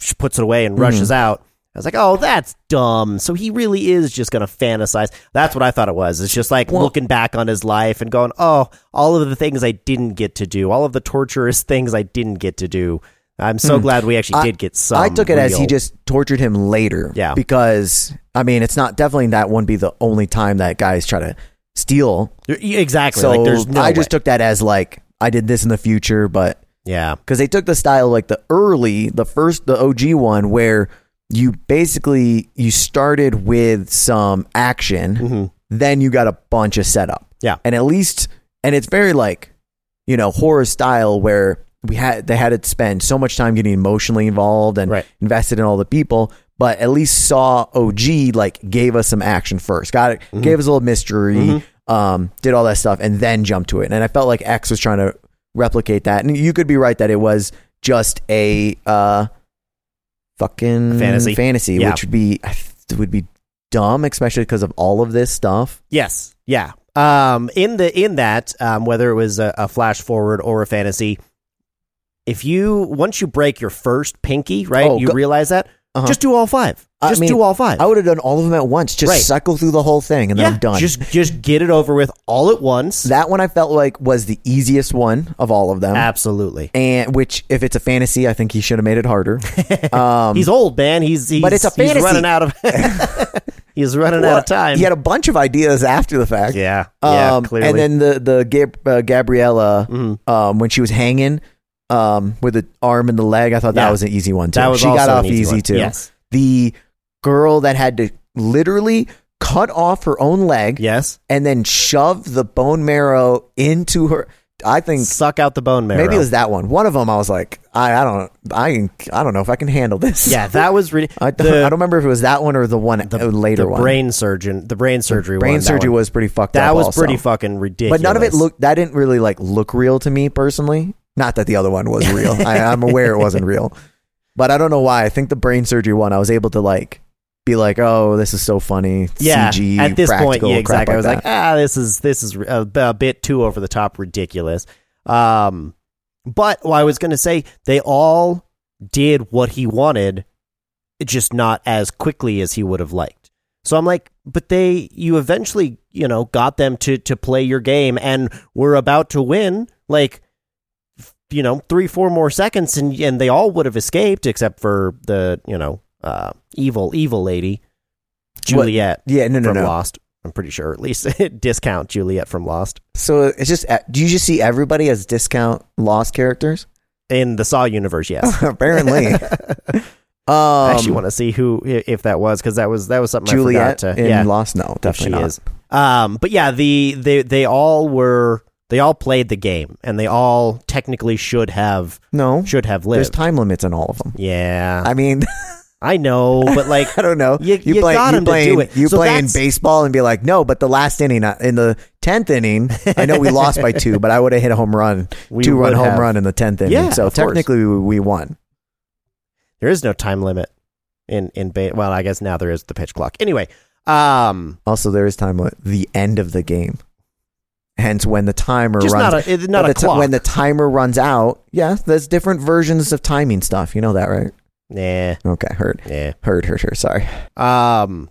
sh- puts it away and Mm-hmm. rushes out. I was like, oh, that's dumb. So he really is just gonna fantasize. That's what I thought it was. It's just like Well- looking back on his life and going, oh, all of the things I didn't get to do, all of the torturous things I didn't get to do. I'm so glad we actually Hmm. I- did get some. I took it as he real- just tortured him later. Yeah. Because I mean, it's not definitely that wouldn't be the only time that guys try to steal. exactly. So like, there's no I way. just took that as like I did this in the future, but yeah. because they took the style like the early, the first, the OG one where you basically you started with some action, Mm-hmm. then you got a bunch of setup. Yeah. and at least and it's very like you know horror style where we had they had to spend so much time getting emotionally involved and Right. invested in all the people but at least saw og like gave us some action first got it Mm-hmm. gave us a little mystery um did all that stuff and then jumped to it and i felt like x was trying to replicate that and you could be right that it was just a uh fucking Fantasy. fantasy Yeah. which would be would be dumb especially because of all of this stuff Yes. Yeah. Um, in the in that, um, whether it was a, a flash forward or a fantasy, if you once you break your first pinky, right, Oh, you go- realize that. Uh-huh. Just do all five. I Just mean, do all five. I would have done all of them at once. Just Right. cycle through the whole thing and then yeah. I'm done. Just just get it over with all at once. that uh-huh. one I felt like was the easiest one of all of them. Absolutely. and which if it's a fantasy, I think he should have made <laughs> it harder. <laughs> Um he's old, man. He's, he's But it's a fantasy. He's running out <laughs> of. <laughs> he's running out of time. He had a bunch of ideas after the fact. yeah. Yeah. Um, clearly. Mm-hmm. and then the the Gab- uh, Gabriella um, when she was hanging um, with the arm and the leg, I thought that Yeah. was an easy one too. That was she got also off an easy easy, one. too. Yes. The girl that had to literally cut off her own leg yes. and then shove the bone marrow into her. I think Suck out the bone marrow. maybe it was that one. One of them, I was like, I, I don't, I, can- I don't know if I can handle this. yeah. That was really. <laughs> I, don't- I don't remember if it was that one or the one uh, later the one. brain surgeon, the brain surgery, Brain one, that surgery one. was pretty fucked up. that was also. pretty fucking ridiculous. but none of it looked. That didn't really like look real to me personally. Not that the other one was <laughs> real. I, I'm aware it wasn't real, but I don't know why. I think the brain surgery one, I was able to like be like, oh, this is so funny. yeah. CG, at this point, E, practical, yeah, crap exactly. I was that. like, ah, this is this is a, a bit too over the top, ridiculous. Um, but well, I was gonna say they all did what he wanted, just not as quickly as he would have liked. So I'm like, but they, you eventually, you know, got them to to play your game, and were about to win. Like, you know three four more seconds and and they all would have escaped except for the you know uh evil evil lady What- Juliet yeah, no, no, from no. Lost I'm pretty sure, or at least <laughs> discount Juliet from Lost So it's just uh, do you just see everybody as discount lost characters? <laughs> in the Saw universe. Yes, <laughs> Apparently. um, I actually want to see who i- if that was because that was that was something Juliet I forgot to. in yeah, Lost. No, if she definitely not. is. Um, but yeah, the they they all were they all played the game and they all technically should have No, should have there's lived. time limits on all of them. yeah, I mean, <laughs> I know, but like I don't know. You- you got him to playing, do it. You So playing that's- baseball and be like, no, but the last inning, uh, in the tenth inning, I know we lost by two, but I would have hit a home run, <laughs> We two run would home have. run in the tenth inning. Yeah, so of course. technically, we, we won. there is no time limit in in ba- well, I guess now there is the pitch clock. Anyway, um, Also, there is time limit. The end of the game. Hence, when the timer just runs, not a it's not But a the ti- clock. when the timer runs out, yeah, there's different versions of timing stuff. You know that, right? nah, Okay, heard, nah. heard, heard, heard. Sorry. Um,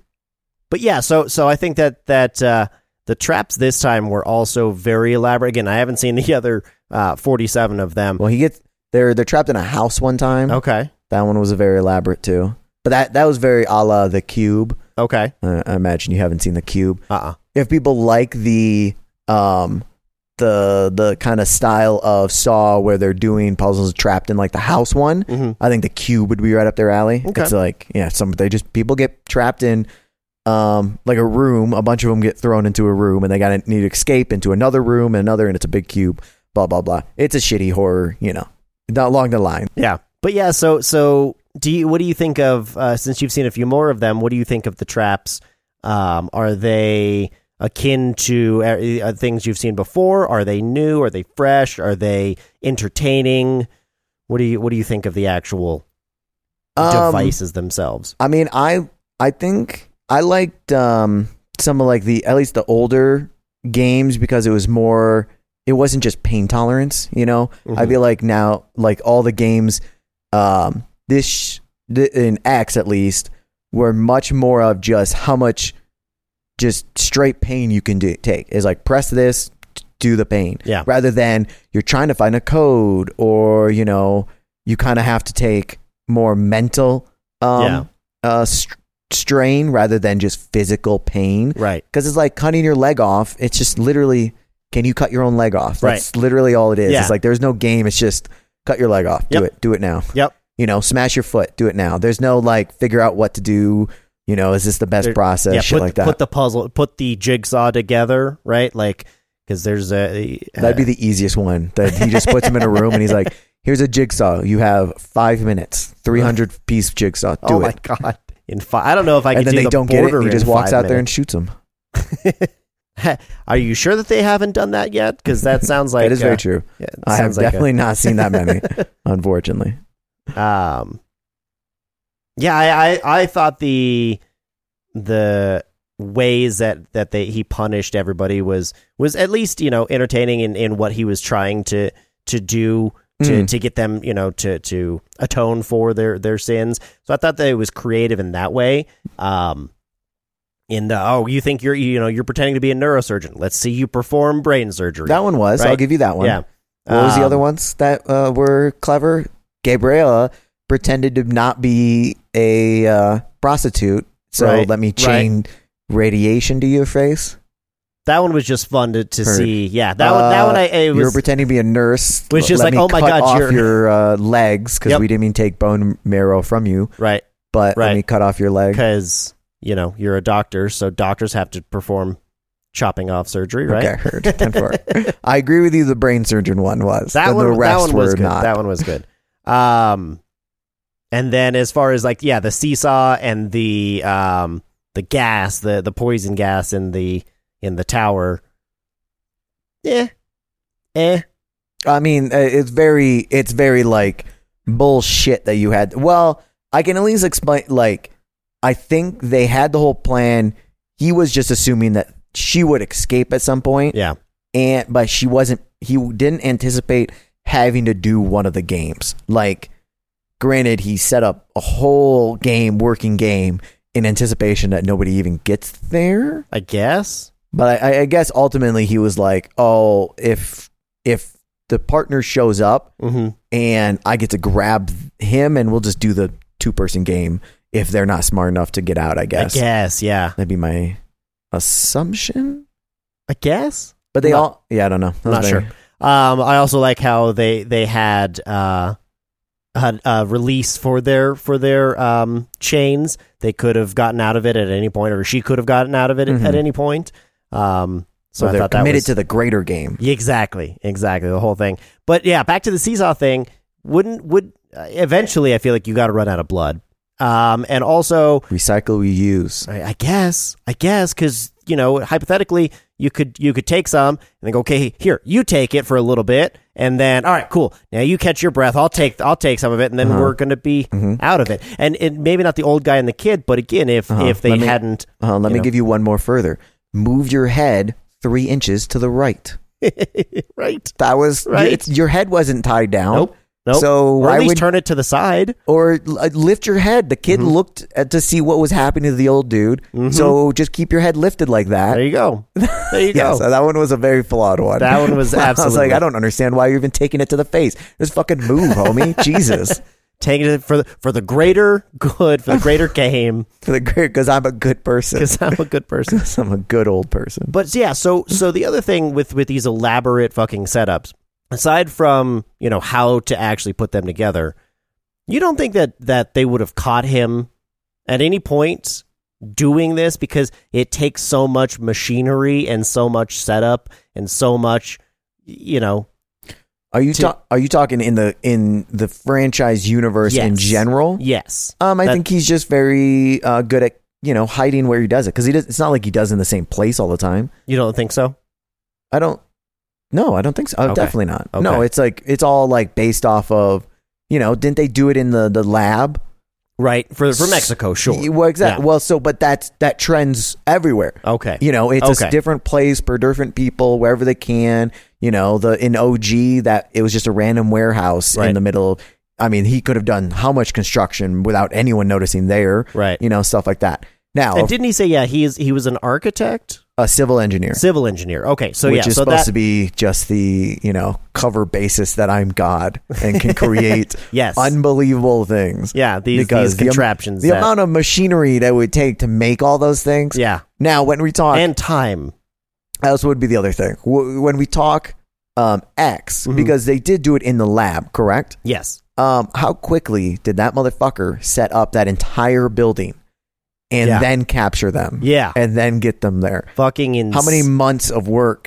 but yeah, so so I think that that uh, the traps this time were also very elaborate. Again, I haven't seen <laughs> the other uh, forty-seven of them. Well, he gets they're they're trapped in a house one time. Okay, That one was very elaborate too. But that that was very a la the cube. okay, Uh, I imagine you haven't seen the cube. uh, uh If people like the um the the kind of style of Saw where they're doing puzzles trapped in like the house one, Mhm. I think the cube would be right up their alley. Okay. It's like yeah, some they just people get trapped in um like a room. A bunch of them get thrown into a room, and they got to need to escape into another room, and another, and it's a big cube. Blah blah blah. It's a shitty horror, you know, not along the line. yeah. But yeah, so so do you? What do you think of uh, since you've seen a few more of them? What do you think of the traps? Um, are they akin to uh, uh, things you've seen before? Are they new? Are they fresh? Are they entertaining? What do you What do you think of the actual Um, devices themselves? I mean, I I think I liked um, some of like the at least the older games because it was more. It wasn't just pain tolerance, you know. I Mhm. feel like now, like all the games, um, this sh- th- in X at least were much more of just how much just straight pain you can do take is like press this t- do the pain Yeah. rather than you're trying to find a code or you know you kind of have to take more mental um Yeah. uh str strain rather than just physical pain Right. because it's like cutting your leg off it's just literally can you cut your own leg off Right. that's literally all it is Yeah. it's like there's no game it's just cut your leg off do Yep. it do it now Yep. you know smash your foot do it now there's no like figure out what to do you know is this the best There- process uh, shit put, like that Put the puzzle, put the jigsaw together, right? Like, because there's a. eh, That'd be the easiest one. That he just puts him in a room and he's like, "Here's a jigsaw. You have five minutes. Three hundred piece jigsaw. Do <laughs> oh it." my god! In five, I don't know if I. and could then do they the don't get it. border and He in just walks five out there and minutes. shoots him. Are you sure that they haven't done that yet? Because that sounds like <laughs> that is very uh, true. yeah, it I have sounds like a- definitely not seen that many, <laughs> unfortunately. Um, yeah, I, I I thought the the ways that that they he punished everybody was was at least you know entertaining in in what he was trying to to do to Mm. to get them you know to to atone for their their sins. So I thought that it was creative in that way. Um. In the oh, you think you're you know you're pretending to be a neurosurgeon. Let's see you perform brain surgery. That one was. I'll Right. give you that one. yeah. What was the other Um, ones that uh, were clever? Gabriela pretended to not be a uh, prostitute, so Right, let me right. chain radiation to your face. That one was just fun to, to Heard. see. Yeah, that one. That Uh, one. I it you were was pretending to be a nurse. was L- just let like, me oh my cut God, off you're- your uh, legs because Yep. we didn't mean take bone marrow from you, right but let Right. me cut off your leg. because you know you're a doctor, so doctors have to perform chopping off surgery, right? Okay, heard. <laughs> Ten four. I agree with you. The brain surgeon one was That Then one. The that rest one were was good. not. That one was good. Um, and then as far as like yeah, the seesaw and the um the gas, the the poison gas in the in the tower. Yeah. Eh. I mean, uh, it's very, it's very like bullshit that you had. Well, I can at least explain. Like, I think they had the whole plan. He was just assuming that she would escape at some point. Yeah. and but she wasn't he didn't anticipate having to do one of the games like granted he set up a whole game working game in anticipation that nobody even gets there I guess. but i, I guess ultimately he was like oh if if the partner shows up Mm-hmm. and i get to grab him and we'll just do the two person game if they're not smart enough to get out i guess I guess. Yeah. that'd be my assumption, I guess. but they Not- all yeah, I don't know. Not sure. Um, I also like how they they had uh, had a release for their for their um, chains. They could have gotten out of it at any point, or she could have gotten out of it Mhm. at any point. Um, so So I they're thought that committed was, to the greater game. Yeah, exactly, exactly the whole thing. But yeah, back to the seesaw thing. Wouldn't would uh, eventually? I feel like you got to run out of blood. Um, and also, Recycle, reuse. I, I guess, I guess, because you know, hypothetically, you could you could take some and then go, okay, here, you take it for a little bit, and then, all right, cool. Now you catch your breath. I'll take I'll take some of it, and Uh-huh. then we're gonna be Mm-hmm. out of it. And it, maybe not the old guy and the kid, but again, if Uh-huh. if they Let me- hadn't, <laughs> Uh, let You me know. give you one more further. Move your head three inches to the right. right? That was Right. It's, your head wasn't tied down. Nope. Nope. So or why at least would- turn it to the side. Or l- lift your head. The Mm-hmm. kid looked at, to see what was happening to the old dude. So just keep your head lifted like that. There you go. There <laughs> you Yeah, go. so that one was a very flawed one. That one was <laughs> I was absolutely- like, I don't understand why you're even taking it to the face. Just fucking <laughs> move, homie. Jesus, Taking it for the, for the greater good, <laughs> for the greater game, for the because I'm a <laughs> good person. because I'm a good person. Because <laughs> I'm a good old person. But yeah, so so the other thing with with these elaborate fucking setups, aside from you know how to actually put them together, you don't think that that they would have caught him at any point doing this because it takes so much machinery and so much setup and so much you know Are you To- ta- are you talking in the in the franchise universe in Yes. general? yes Um, I That- think he's just very uh, good at you know hiding where he does it because he does. It's not like he does in the same place all the time. you don't think so I don't. No, I don't think so. Oh, Okay. Definitely not. No, Okay. it's like it's all like based off of you know. Didn't they do it in the the lab? right for for Mexico Y- sure Well, exactly. Yeah. Well, so but that's that trends everywhere. okay You know, it's Okay. a different place for different people wherever they can. You know, the in OG that it was just a random warehouse Right. in the middle. I mean, he could have done how much construction without anyone noticing there. Right. You know, stuff like that. Now, and didn't he say yeah he is he was an architect a civil engineer, civil engineer okay so which yeah is so supposed that to be just the you know cover basis that I'm God and can create <laughs> yes unbelievable things. yeah these because these the am- contraptions The that- amount of machinery that would take to make all those things. yeah Now, when we talk and time. else would be the other thing W- when we talk um, X Mhm. because they did do it in the lab, correct? Yes. Um, how quickly did that motherfucker set up that entire building and Yeah. then capture them? Yeah. and then get them there. Fucking in How many months of <laughs> work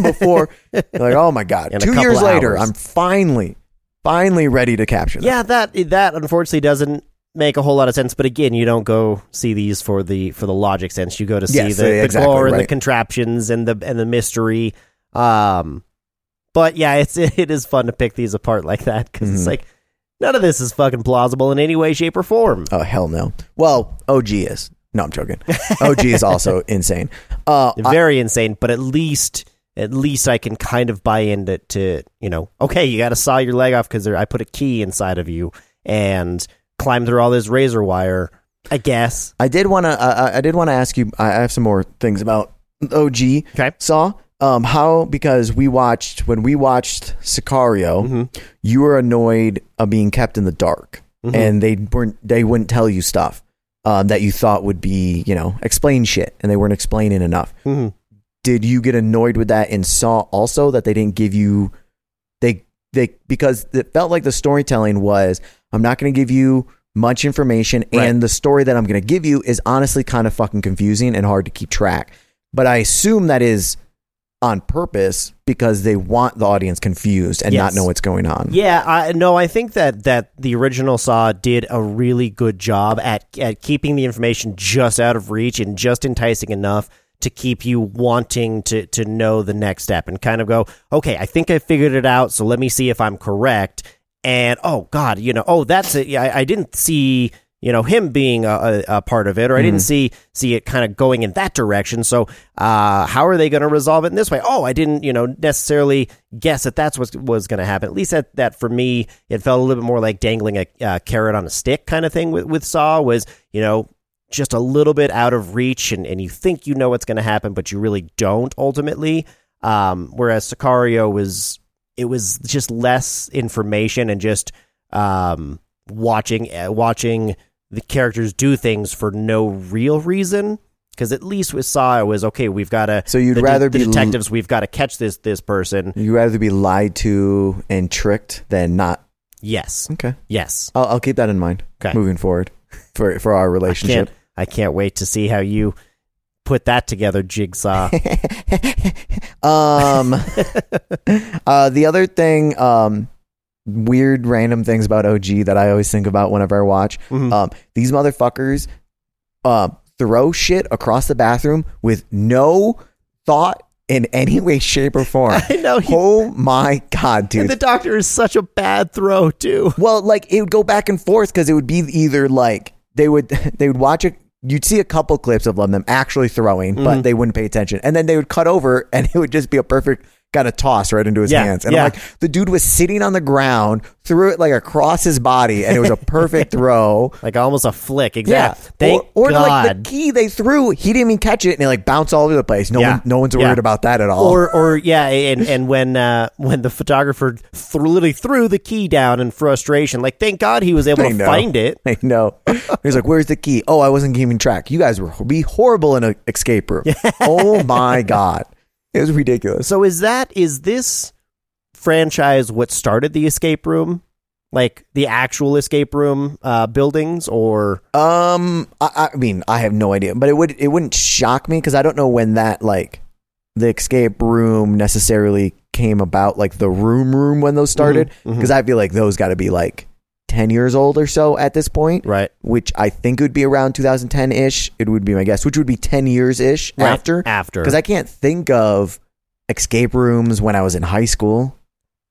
before? like, oh my god! In a Two couple years of later, hours. I'm finally, finally ready to capture them. Yeah, that that unfortunately doesn't make a whole lot of sense. But again, you don't go see these for the for the logic sense. You go to see Yes, the, yeah, the exactly, gore and the right. contraptions and the and the mystery. Um, but yeah, it's <laughs> it is fun to pick these apart like that because it's Mhm. like none of this is fucking plausible in any way, shape, or form. Oh hell no. Well, OG is. No, I'm joking. OG <laughs> is also insane. Uh, I- Very insane. But at least at least I can kind of buy into to you know okay, you got to saw your leg off because I put a key inside of you and climb through all this razor wire. I guess. I did want to. Uh, I did want to ask you. I I have some more things about OG Okay. Saw. Um, how because we watched when we watched Sicario, Mhm. you were annoyed of being kept in the dark, Mhm. and they weren't. They wouldn't tell you stuff um, that you thought would be, you know, explain shit, and they weren't explaining enough. Mhm. Did you get annoyed with that in Saw also that they didn't give you they they because it felt like the storytelling was I'm not going to give you much information Right. and the story that I'm going to give you is honestly kind of fucking confusing and hard to keep track. But I assume that is on purpose because they want the audience confused and Yes. not know what's going on. Yeah, I, no, I think that that the original Saw did a really good job at at keeping the information just out of reach and just enticing enough to keep you wanting to to know the next step and kind of go, okay, I think I figured it out, so let me see if I'm correct. And oh God, you know, oh that's it. Yeah, I, I didn't see you know him being a, a, a part of it, or I didn't see see it kind of going in that direction. So uh, how are they going to resolve it in this way? Oh, I didn't you know necessarily guess that that's what was going to happen. At least that that for me, it felt a little bit more like dangling a uh, carrot on a stick kind of thing with with Saw was you know just a little bit out of reach and, and you think you know what's going to happen but you really don't ultimately um, whereas sicario was it was just less information and just um, eh, watching uh, watching the characters do things for no real reason Because at least with Saw, it was okay. We've got to. So you'd the de- rather the be l- detectives. We've got to catch this this person. You'd rather be lied to and tricked than not. Yes, Okay. yes. I'll, I'll keep that in mind Okay. moving forward for, for our I can't. relationship. I can't wait to see how you put that together, <laughs> Jigsaw. um, <laughs> uh, the other thing, um, weird random things about OG that I always think about whenever I watch. Mhm. Um, these motherfuckers uh, throw shit across the bathroom with no thought in any way, shape, or form. <laughs> I know. he- oh my god, <laughs> dude! and the doctor is such a bad throw too. Well, like it would go back and forth because it would be either like they would <laughs> they would watch it. You'd see a couple clips of them actually throwing, Mm-hmm. but they wouldn't pay attention, and then they would cut over, <laughs> and it would just be a perfect kind of toss right into his Yeah, hands. And yeah. I'm like, the dude was sitting on the ground, threw it like across his body, and it was <laughs> a perfect throw. Like almost a flick. Exactly. Thank or, or God. like the key they threw, he didn't even catch it, and it like bounced all over the place. No Yeah. one, no one's Yeah. worried about that at all. or or yeah, and and when uh, when the photographer th- literally threw the key down in frustration, like thank God he was able I to know. find it. <laughs> I know. He's like, "Where's the key?" Oh, I wasn't keeping track. You guys were be horrible in an escape room. oh my god, it was ridiculous. So is that is this franchise what started the escape room, like the actual escape room uh, buildings, or Um, I, I mean, I have no idea, but it would it wouldn't shock me because I don't know when that like the escape room necessarily came about, like the room room when those started, Mhm, mhm. because I feel like those got to be like ten years old or so at this point. right Which I think would be around 2010 ish. It would be my guess, which would be 10 years ish after. after? Because I can't think of escape rooms when I was in high school,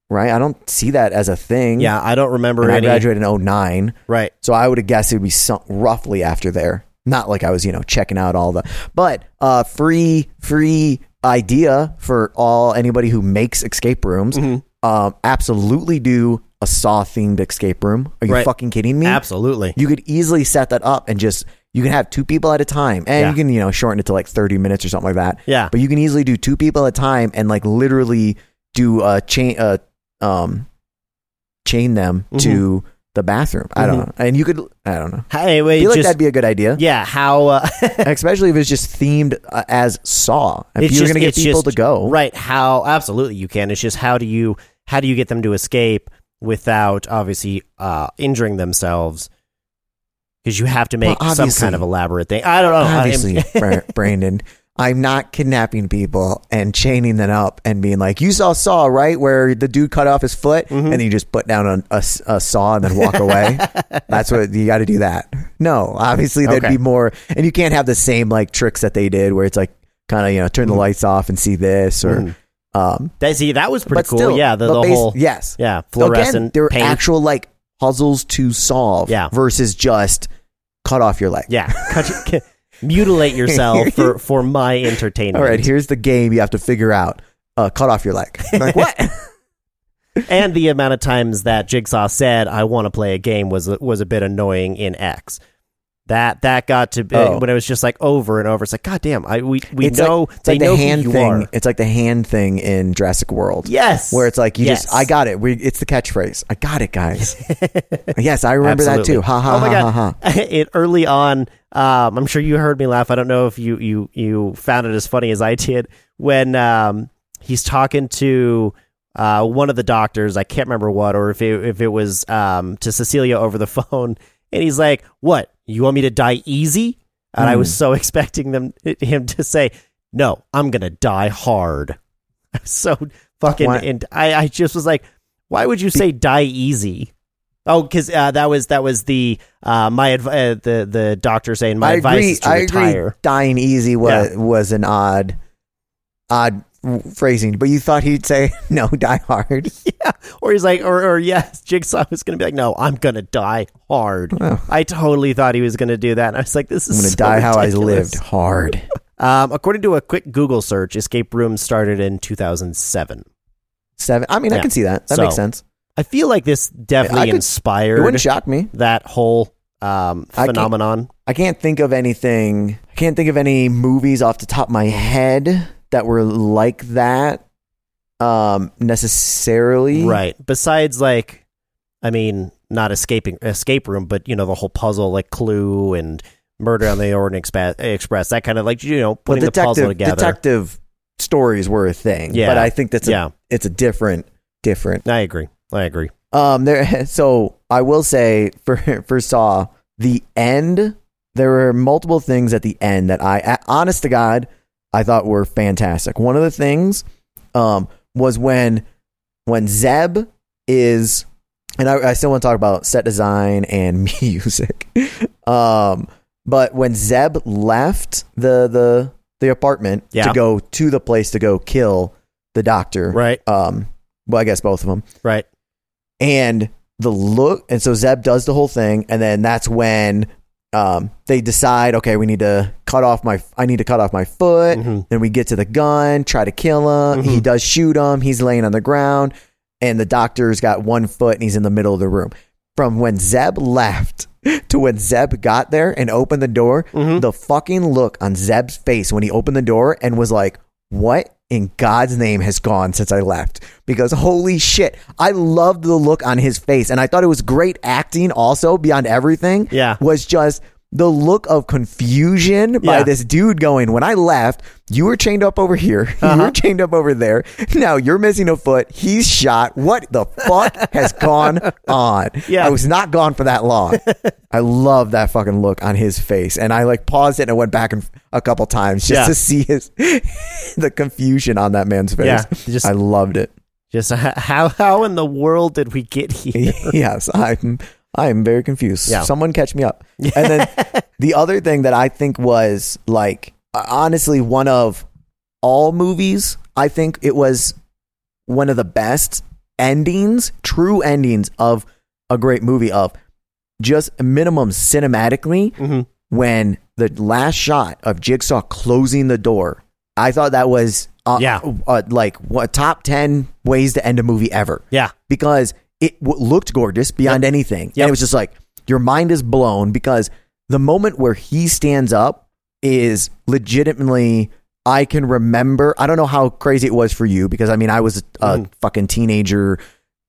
right? I don't see that as a thing. yeah, I don't remember And I any. graduated in 09. Right, So I would have guessed it would be some, roughly after there. Not like I was, you know, checking out all the. But uh, free, free idea for all anybody who makes escape rooms. Mm-hmm. Um, absolutely do a saw themed escape room. Are you Right. fucking kidding me? absolutely. You could easily set that up and just you can have two people at a time, and Yeah. you can you know shorten it to like thirty minutes or something like that. Yeah. but you can easily do two people at a time and like literally do a chain, uh, um, chain them Mm-hmm. to the bathroom. I don't know, and you could I don't know. Hey, I wait, feel like Mm-hmm. just that'd be a good idea, yeah. How uh, especially if it's just themed uh, as Saw. If It's you're just- gonna get it's people just- to go, right how absolutely you can it's just how do you how do you get them to escape without obviously uh injuring themselves because you have to make Well, some obviously. kind of elaborate thing Oh, i don't know I- <laughs> obviously, Bra- Brandon. I'm not kidnapping people and chaining them up and being like, you saw Saw, right? Where the dude cut off his foot Mm-hmm. and you just put down a, a s- a saw and then <laughs> walk away. That's what you got to do that. No, obviously, there'd Okay. be more. And you can't have the same like tricks that they did where it's like kind of, you know, turn Mm-hmm. the lights off and see this or, um, that, see that was Mm-hmm. pretty but cool still, yeah the, but the bas- whole yes. yeah Again, fluorescent there were paint actual like puzzles to solve Yeah. versus just cut off your leg. yeah Cut- <laughs> mutilate <laughs> yourself for for my entertainment All right, here's the game you have to figure out. Uh, cut off <laughs> your leg. Like what? and the amount of times that Jigsaw said, "I want to play a game," was was a bit annoying in X. That that got to be Oh. when it was just like over and over. It's like, God damn, I we we it's know like, it's they like know the hand who you thing. are. It's like the hand thing in Jurassic World. Yes, Where it's like you Yes. just I got it. We, it's the catchphrase. I got <laughs> it, guys. yes, I remember that Absolutely. too. Ha ha oh my ha God. ha ha. <laughs> It early on, um, I'm sure you heard me laugh. I don't know if you you you found it as funny as I did when um, he's talking to uh, one of the doctors. I can't remember what, or if it, if it was um, to Cecilia over the <laughs> phone, and he's like, "What you want me to die easy?" And I Hmm. was so <laughs> expecting them him to say, "No, I'm gonna die hard." <laughs> I was so fucking, Why- and I I just was like, "Why would you say die easy?" Oh, because uh, that was that was the uh, my adv- uh, the the doctor saying my I advice agree. is to I retire. <laughs> agree. Dying easy was was an odd, odd phrasing. But you thought he'd say <laughs> no, die <laughs> hard. Yeah, or he's like, or or yes, Jigsaw was gonna be like, no, I'm gonna die hard. Oh. I totally thought he was gonna do that, and I was like, this is I'm gonna so die how I ridiculous. lived hard. Um, according to a quick Google search, escape room started in 2007. Seven. I mean, I Yeah. can see that. That So, makes sense. I feel like this I definitely could- It inspired wouldn't shock me. that whole um, I can't- phenomenon. I can't think of anything. I can't think of any movies off the top of my head that were like that um necessarily. Right. Besides, like, I mean, not escaping escape room, but you know the whole puzzle, like Clue and Murder on the Orient Expa- Express, that kind of like you know Well, putting the puzzle together. detective stories were a thing. Yeah. But I think that's a, yeah, it's a different different I agree. I agree. Um, there. <laughs> So I will say for <laughs> for Saw, the end. There were multiple things at the end that I, honest to God, I thought were fantastic. One of the things, um, was when when Zeb is, and I, I still want to talk about set design and <laughs> music. Um, but when Zeb left the the the apartment Yeah. to go to the place to go kill the doctor, Right. Um, well, I guess both of them Right. and the look and so zeb does the whole thing and then that's when um, they decide okay we need to cut off my i need to cut off my foot Mhm. then we get to the gun try to kill him Mhm. he does shoot him he's laying on the ground and the doctor's got one foot and he's in the middle of the room from when zeb left <laughs> to when zeb got there and opened the door Mm-hmm. the fucking look on zeb's face when he opened the door and was like what in God's name has gone since I left? Because holy shit, I loved the look on his face. And I thought it was great acting also beyond everything. Yeah. Was just the look of confusion by Yeah. this dude going, when I left, you were chained up over here. <laughs> Uh-huh. You were chained up over there. Now you're missing a foot. He's shot. What the fuck has gone on? Yeah. I was not gone for that <laughs> long. I love that fucking look on his face. And I like paused it and I went back and a couple times just Yeah. to see his <laughs> the confusion on that man's face. Yeah, just- I loved it. Just <laughs> h- how how in the world did we get <laughs> here? yes, I'm I'm very confused. Yeah. Someone catch me up. And <laughs> then the other thing that I think was like uh, honestly one of all movies, I think it was one of the best endings, true endings of a great movie of just minimum cinematically Mhm. when the last shot of Jigsaw closing the door, I thought that was uh, Yeah. uh, like what, top 10 ways to end a movie ever Yeah. because it w- looked gorgeous beyond anything. Yep. And it was just like, your mind is blown because the moment where he stands up is legitimately, I can remember. I don't know how crazy it was for you because I mean, I was a fucking teenager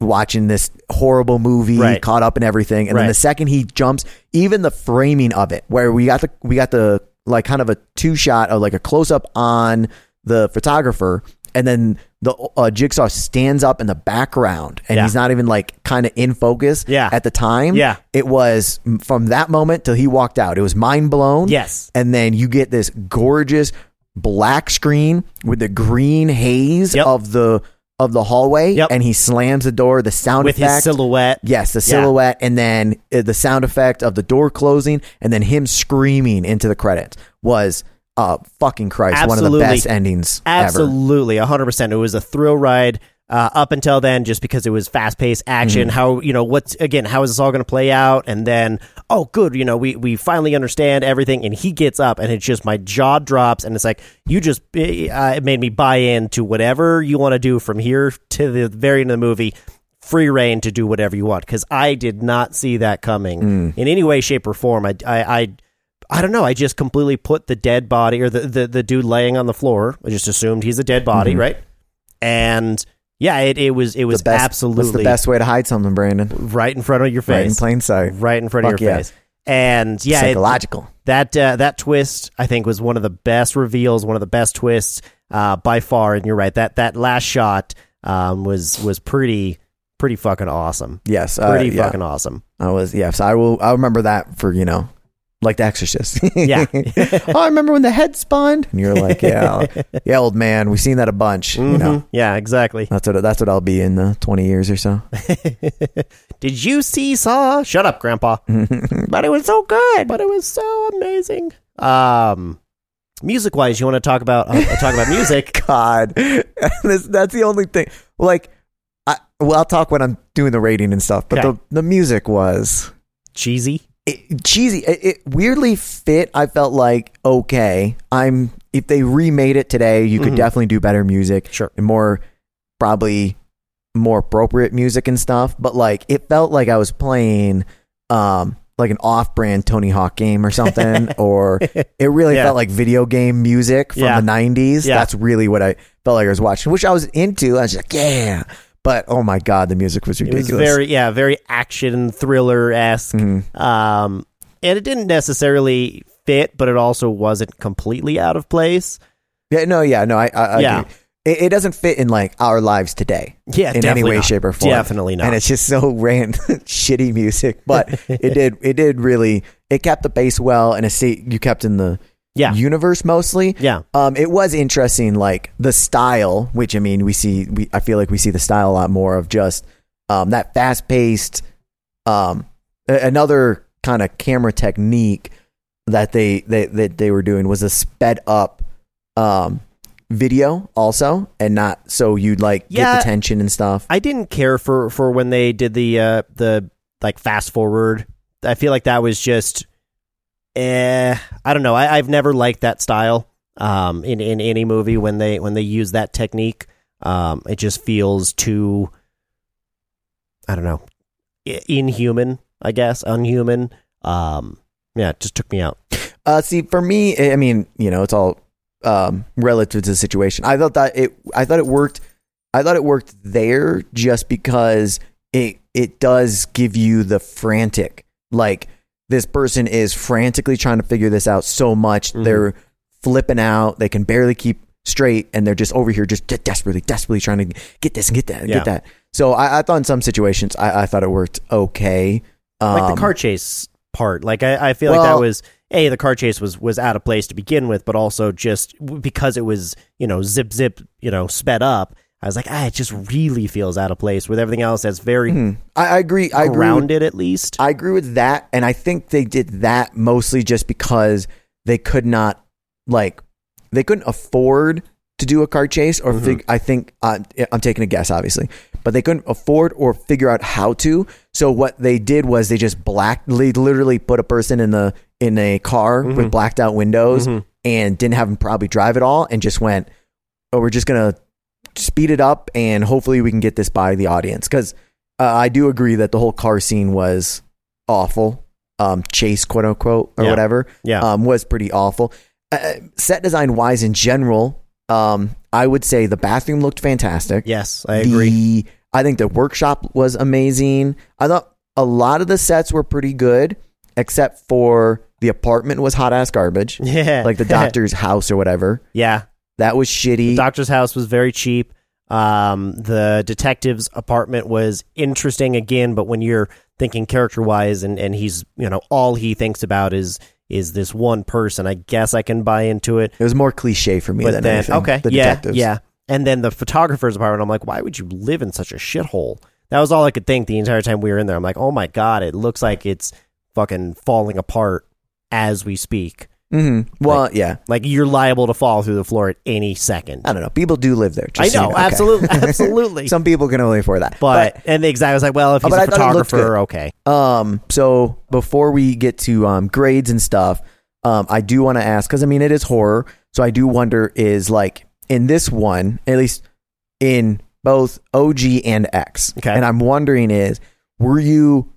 watching this horrible movie, Right. caught up in everything. And then Right. the second he jumps, even the framing of it, where we got the, we got the, like kind of a two shot of like a close up on the photographer. And then the uh, jigsaw stands up in the background and Yeah. he's not even like kind of in focus Yeah. at the time. Yeah. It was mm, from that moment till he walked out. It was mind blown. Yes. And then you get this gorgeous black screen with the green haze Yep. of the of the hallway Yep. and he slams the door the sound With his effect silhouette. Yes, the Yeah. silhouette, and then uh, the sound effect of the door closing, and then him screaming into the credits was uh fucking Christ, one of Absolutely. the best endings ever. Absolutely, hundred percent. It was a thrill ride uh, up until then, just because it was fast paced action. How you know what's again? How is this all going to play out? And then, oh, good, you know, we we finally understand everything. And he gets up, and it's just my jaw drops, and it's like you just uh, it made me buy into whatever you want to do from here to the very end of the movie. Free reign to do whatever you want because I did not see that coming in any way, shape, or form. I, I, I I don't know. I just completely put the dead body or the, the, the dude laying on the floor. I just assumed he's a dead body, right? And yeah, it, it was it was Mm-hmm. The best, What's absolutely the best way to hide something, Brandon? right in front of your Right face, in right plain sight. in, front Fuck of your yeah. face. And yeah, it- Psychological. that uh, that twist I think was one of the best reveals, one of the best twists uh, by far. And you're right that that last shot um, was was pretty pretty fucking awesome, yes, uh, pretty yeah. fucking awesome. I was yes, I will. I remember that for you know, like The Exorcist. <laughs> Yeah. oh, I remember when the head spawned, and you're like, <laughs> yeah, yeah, old man, we've seen that a bunch. You know, Mhm. <laughs> yeah, exactly. that's what that's what I'll be in uh, 20 years or so. <laughs> Did you see Saw? Shut up, Grandpa. but it was so good. But it was so amazing. Um, music wise, you want to talk about uh, <laughs> talk about music? <laughs> God, this, that's the only thing. Like, I well, I'll talk when I'm doing the rating and stuff. But Okay. the the music was Cheesy. it, cheesy. It, it weirdly fit. I felt like okay. I'm if they remade it today, you could Mhm. definitely do better music. Sure. and more probably more appropriate music and stuff. But like it felt like I was playing um like an off-brand Tony Hawk game <laughs> or something, or it really Yeah. felt like video game music from Yeah. the '90s. Yeah. That's really what I felt like I was watching, which I was into. I was like, yeah, but oh my god, the music was It was ridiculous. very yeah, very action thriller esque. Mhm. Um, and it didn't necessarily fit, but it also wasn't completely out of place. Yeah, no, yeah, no, I, I, I Yeah. agree. It, it doesn't fit in like our lives today Yeah, in any definitely way, not. shape, or form. Definitely not. And it's just so <laughs> random, shitty music, but <laughs> it did, it did really, it kept the bass well, and it see you kept in the Yeah. universe mostly. yeah, Um, it was interesting, like the style, which I mean, we see. We I feel like we see the style a lot more of just um, that fast paced. Um, a- another kind of camera technique that they, they that they were doing was a sped up um, video also, and not so you'd like get Yeah. the tension and stuff. I didn't care for for when they did the uh the like fast forward. I feel like that was just, eh. I don't know. I, I've never liked that style. Um, in in any movie when they when they use that technique, um, it just feels too. I don't know, i- inhuman. I guess unhuman. Um, yeah, it just took me out. Uh, see, for me, I I mean, you know, it's all um, relative to the situation. I thought that it, I thought it worked. I thought it worked there just because it it does give you the frantic, like this person is frantically trying to figure this out so much Mm-hmm. they're flipping out. They can barely keep straight, and they're just over here, just de- desperately, desperately trying to get this and get that and Yeah. get that. So I, I thought in some situations, I, I thought it worked okay. Um, like the car chase part. Like I, I feel like that Well- was a the car chase was was out of place to begin with, but also just w- because it was you know zip zip you know sped up. I was like, ah, it just really feels out of place with everything else that's very mhm. I, I agree. I agree. with- grounded at least. I agree with that, and I think they did that mostly just because they could not like they couldn't afford to do a car chase or fig- I think uh, I'm taking a guess obviously, but they couldn't afford or figure out how to. So what they did was they just black they literally put a person in the in a car with blacked out Mm-hmm. windows and didn't have them probably drive at all and just went oh, we're just gonna speed it up and hopefully we can get this by the audience because uh, I do agree that the whole car scene was awful. Um, chase, quote unquote, or Yeah. whatever, Yeah. um, was pretty awful. Uh, set design wise, in general, um, I would say the bathroom looked fantastic. yes, I agree. The, I think the workshop was amazing. I thought a lot of the sets were pretty good, except for the apartment was hot ass garbage, yeah, <laughs> <laughs> like the doctor's house or whatever. yeah, That was shitty. doctor's house was very cheap. Um, the detective's apartment was interesting again, but when you're thinking character wise, and and he's you know all he thinks about is is this one person. I guess I can buy into it, it was more cliche for me but than then anything. okay, the yeah, detectives. yeah, and then the photographer's apartment. I'm like, why would you live in such a shithole? That was all I could think the entire time we were in there. I'm like, oh my god, it looks like it's fucking falling apart as we speak. hmm Well, yeah. Like you're liable to fall through the floor at any second. I don't know. People do live there. I Just so know, you Okay. <laughs> absolutely, absolutely. Some people can only afford that. But, and the exact I was like, well, if Oh, he's but a I thought it looked photographer, okay. But, um, so before we get to um, grades and stuff, um, I do want to ask because I mean it is horror, so I do wonder is like in this one, at least in both OG and X. Okay. And I'm wondering is were you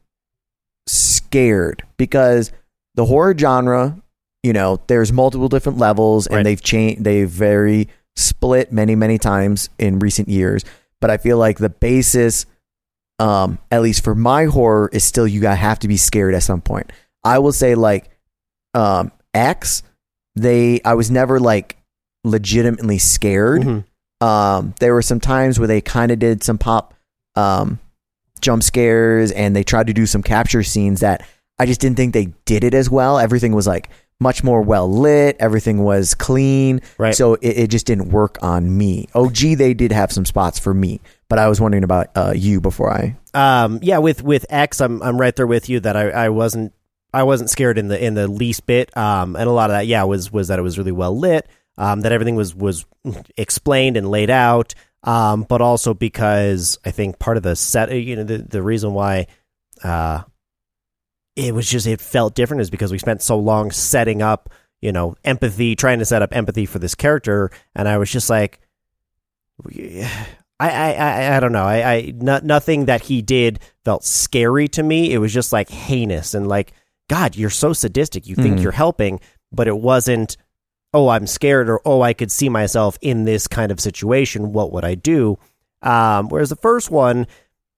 scared because the horror genre, you know, there's multiple different levels and Right. they've changed they very split many many times in recent years, but I feel like the basis um at least for my horror is still you got have to be scared at some point. I will say like um X they I was never like legitimately scared. Mhm. Um, there were some times where they kind of did some pop um, jump scares and they tried to do some capture scenes that I just didn't think they did it as well. Everything was like much more well lit, everything was clean. Right. So it, it just didn't work on me. OG, they did have some spots for me, but I was wondering about uh, you before I. Um, yeah, with with X, I'm I'm right there with you that I, I wasn't I wasn't scared in the in the least bit. Um, and a lot of that, yeah, was was that it was really well lit. Um, that everything was was explained and laid out. Um, but also because I think part of the set, uh, you know, the the reason why, uh, it was just it felt different is because we spent so long setting up, you know, empathy, trying to set up empathy for this character, and I was just like, I, I, I, I don't know. I, I no, nothing that he did felt scary to me. It was just like heinous and like, God, you're so sadistic. You think Mhm. you're helping, but it wasn't. Oh, I'm scared, or oh, I could see myself in this kind of situation. What would I do? Um, whereas the first one,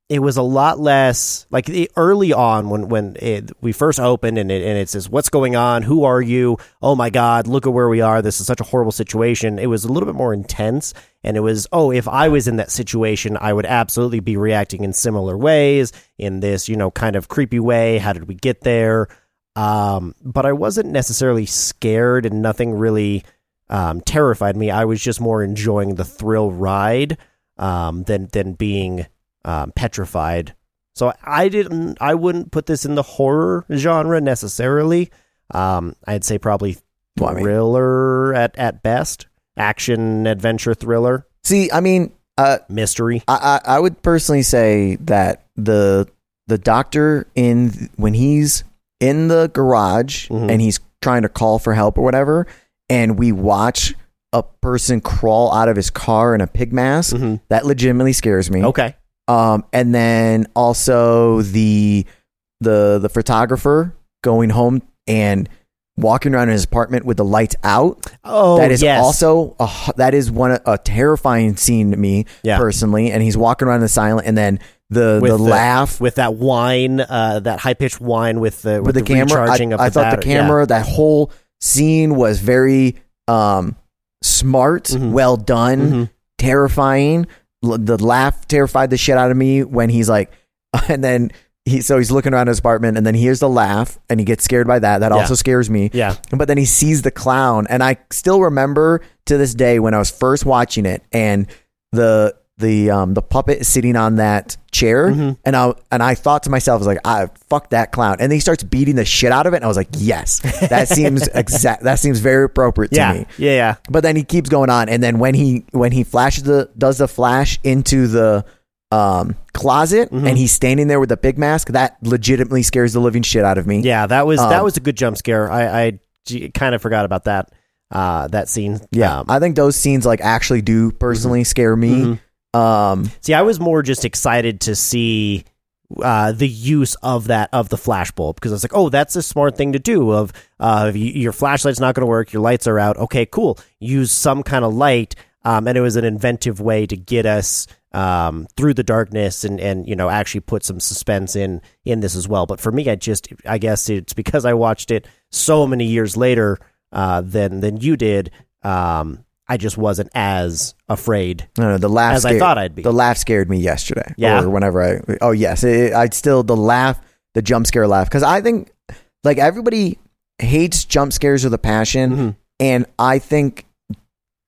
it was a lot less like the early on when when it, we first opened and it and it says what's going on who are you oh my god look at where we are this is such a horrible situation it was a little bit more intense and it was oh if I was in that situation I would absolutely be reacting in similar ways in this you know kind of creepy way how did we get there um, but I wasn't necessarily scared and nothing really um, terrified me I was just more enjoying the thrill ride um, than than being um, petrified. So I didn't. I wouldn't put this in the horror genre necessarily. Um, I'd say probably Well, I mean- thriller at at best, action adventure thriller See, I mean, uh, mystery. I, I I would personally say that the the doctor in when he's in the garage Mhm. and he's trying to call for help or whatever, and we watch a person crawl out of his car in a pig mask, Mhm. that legitimately scares me. Okay. Um, and then also the the the photographer going home and walking around in his apartment with the lights out Oh, that is yes. also a, h- that is one a terrifying scene to me Yeah. personally. And he's walking around in the silent, and then the With the the- laugh with, with that wine, uh, that high pitched wine with the with, the, camera. I, recharging of I the thought the batter- yeah. camera that whole scene was very um, smart, Mhm. well done, Mhm. terrifying. L- the laugh terrified the shit out of me when he's like, <laughs> and then. He, so he's looking around his apartment and then he hears the laugh and he gets scared by that. That Yeah. also scares me. Yeah. but then he sees the clown and i still remember to this day when i was first watching it and the the um the puppet is sitting on that chair Mm-hmm. and i and i thought to myself I was like i fuck that clown and then he starts beating the shit out of it and i was like yes <laughs> that seems exact that seems very appropriate to Yeah. me yeah, yeah, but then he keeps going on and then when he when he flashes the does the flash into the um closet Mm-hmm. and he's standing there with the big mask that legitimately scares the living shit out of me yeah. That was that Um, was a good jump scare. I, I g- kind of forgot about that uh, that scene. Yeah, Um, mm-hmm. I think those scenes like actually do personally scare me. Um, See, I was more just excited to see uh, the use of that of the flash bulb because I was like, oh, that's a smart thing to do. Of uh, y- your flashlight's not going to work, your lights are out. Okay, cool. Use some kind of light, um, and it was an inventive way to get us um, through the darkness and and you know actually put some suspense in in this as well. But for me, I just I guess it's because I watched it so many years later uh, than than you did. Um, I just wasn't as afraid I don't know, the laugh as I scared- thought I'd be. The laugh scared me yesterday. Yeah. or whenever I. Oh yes, it, I still the laugh, the jump scare laugh because I think like everybody hates jump scares with a passion, Mhm. and I think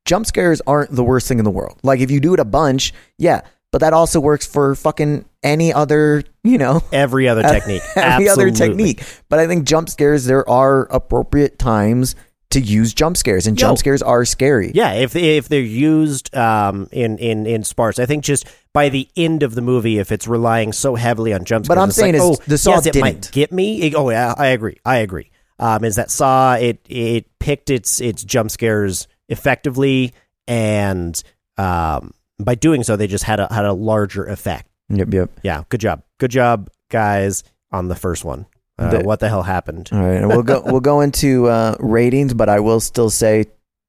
jump scares aren't the worst thing in the world. Like if you do it a bunch, yeah, but that also works for fucking any other you know <laughs> every other technique. every Absolutely. other technique. But I think jump scares, there are appropriate times to use jump scares, and jump Yo. scares are scary. Yeah, if if they're used um, in in in sparse, I think just by the end of the movie, if it's relying so heavily on jump But scares, I'm it's saying like, is oh, the Saw yes, it might didn't. get me. It- oh yeah, I agree. I agree. Um, is that Saw it it picked its its jump scares effectively, and um, by doing so, they just had a had a larger effect. Yep, yep. Yeah, good job, good job, guys, on the first one. Uh, The- what the hell <laughs> happened? All right, and we'll go we'll go into uh, ratings, but I will still say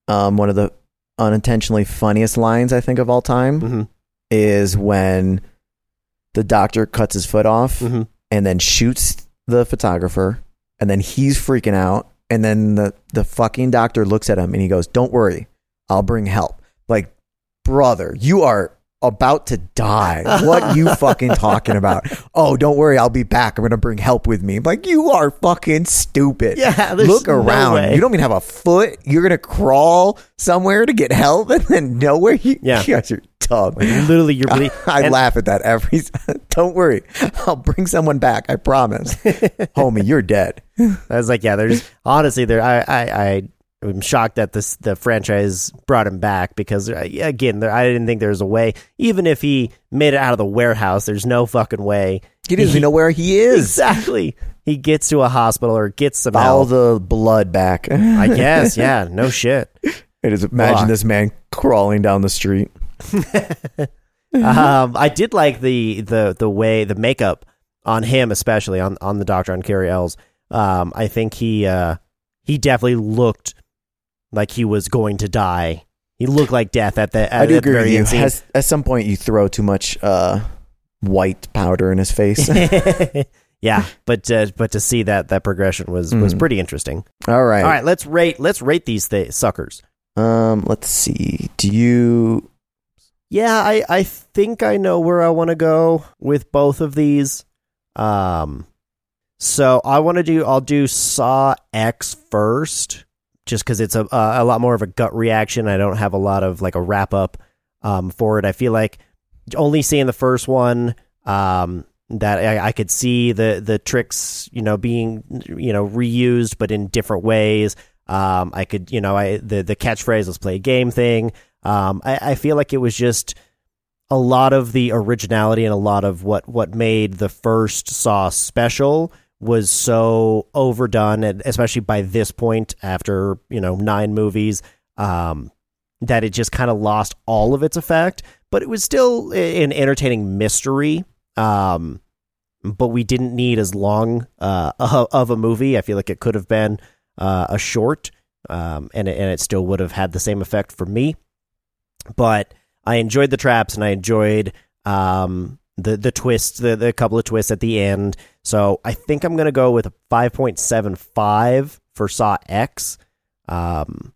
um, one of the unintentionally funniest lines I think of all time Mhm. is when the doctor cuts his foot off Mhm. and then shoots the photographer, and then he's freaking out, and then the the fucking doctor looks at him and he goes, "Don't worry, I'll bring help." Like, brother, you are about to die. <laughs> What you fucking talking about? Oh, don't worry, I'll be back. I'm gonna bring help with me. I'm like, you are fucking stupid. Yeah, there's Look no around. way. you don't even have a foot. You're gonna crawl somewhere to get help, <laughs> and then nowhere you, Yeah. <laughs> you guys are dumb. <laughs> Literally, you're bleeding. <laughs> I And- laugh at that every. <laughs> Don't worry, I'll bring someone back. I <laughs> promise, homie. You're dead. I was like, yeah, there's honestly there. I I I am shocked that this the franchise brought him back because uh, yeah, again, there, I didn't think there was a way. Even if he made it out of the warehouse, there's no fucking way. He doesn't even know where he is. <laughs> Exactly. He gets to a hospital or gets some All help. the blood <laughs> back. I guess. Yeah. No shit. It is. Imagine Fuck. this man crawling down the street. Mm-hmm. um, I did like the the the way the makeup on him, especially on on the doctor on Carrie Ells. Um, I think he uh, he definitely looked like he was going to die. He looked like death at the. At, I do at the agree with very you. end scene. Has, at some point, you throw too much uh, white powder in his <laughs> face. <laughs> yeah, but uh, but to see that that progression was was Mhm. pretty interesting. All right. All right, let's rate let's rate these th- suckers. Um, let's see. Do you Yeah, I I think I know where I want to go with both of these. Um, so I want to do I'll do Saw X first, just because it's a a lot more of a gut reaction. I don't have a lot of like a wrap up um for it. I feel like only seeing the first one um that I, I could see the the tricks you know being you know reused but in different ways um i could you know i the the catchphrase let's play a game thing um i, I feel like it was just a lot of the originality and a lot of what what made the first saw special was so overdone and especially by this point after you know nine movies um that it just kind of lost all of its effect, but it was still a- an entertaining mystery. Um, but we didn't need as long uh, <laughs> o- of a movie. I feel like it could have been uh, a short, um, and it, and it still would have had the same effect for me. But I enjoyed the traps, and I enjoyed um, the the twists, the the couple of twists at the end. So I think I'm gonna go with a 5.75 for Saw X um,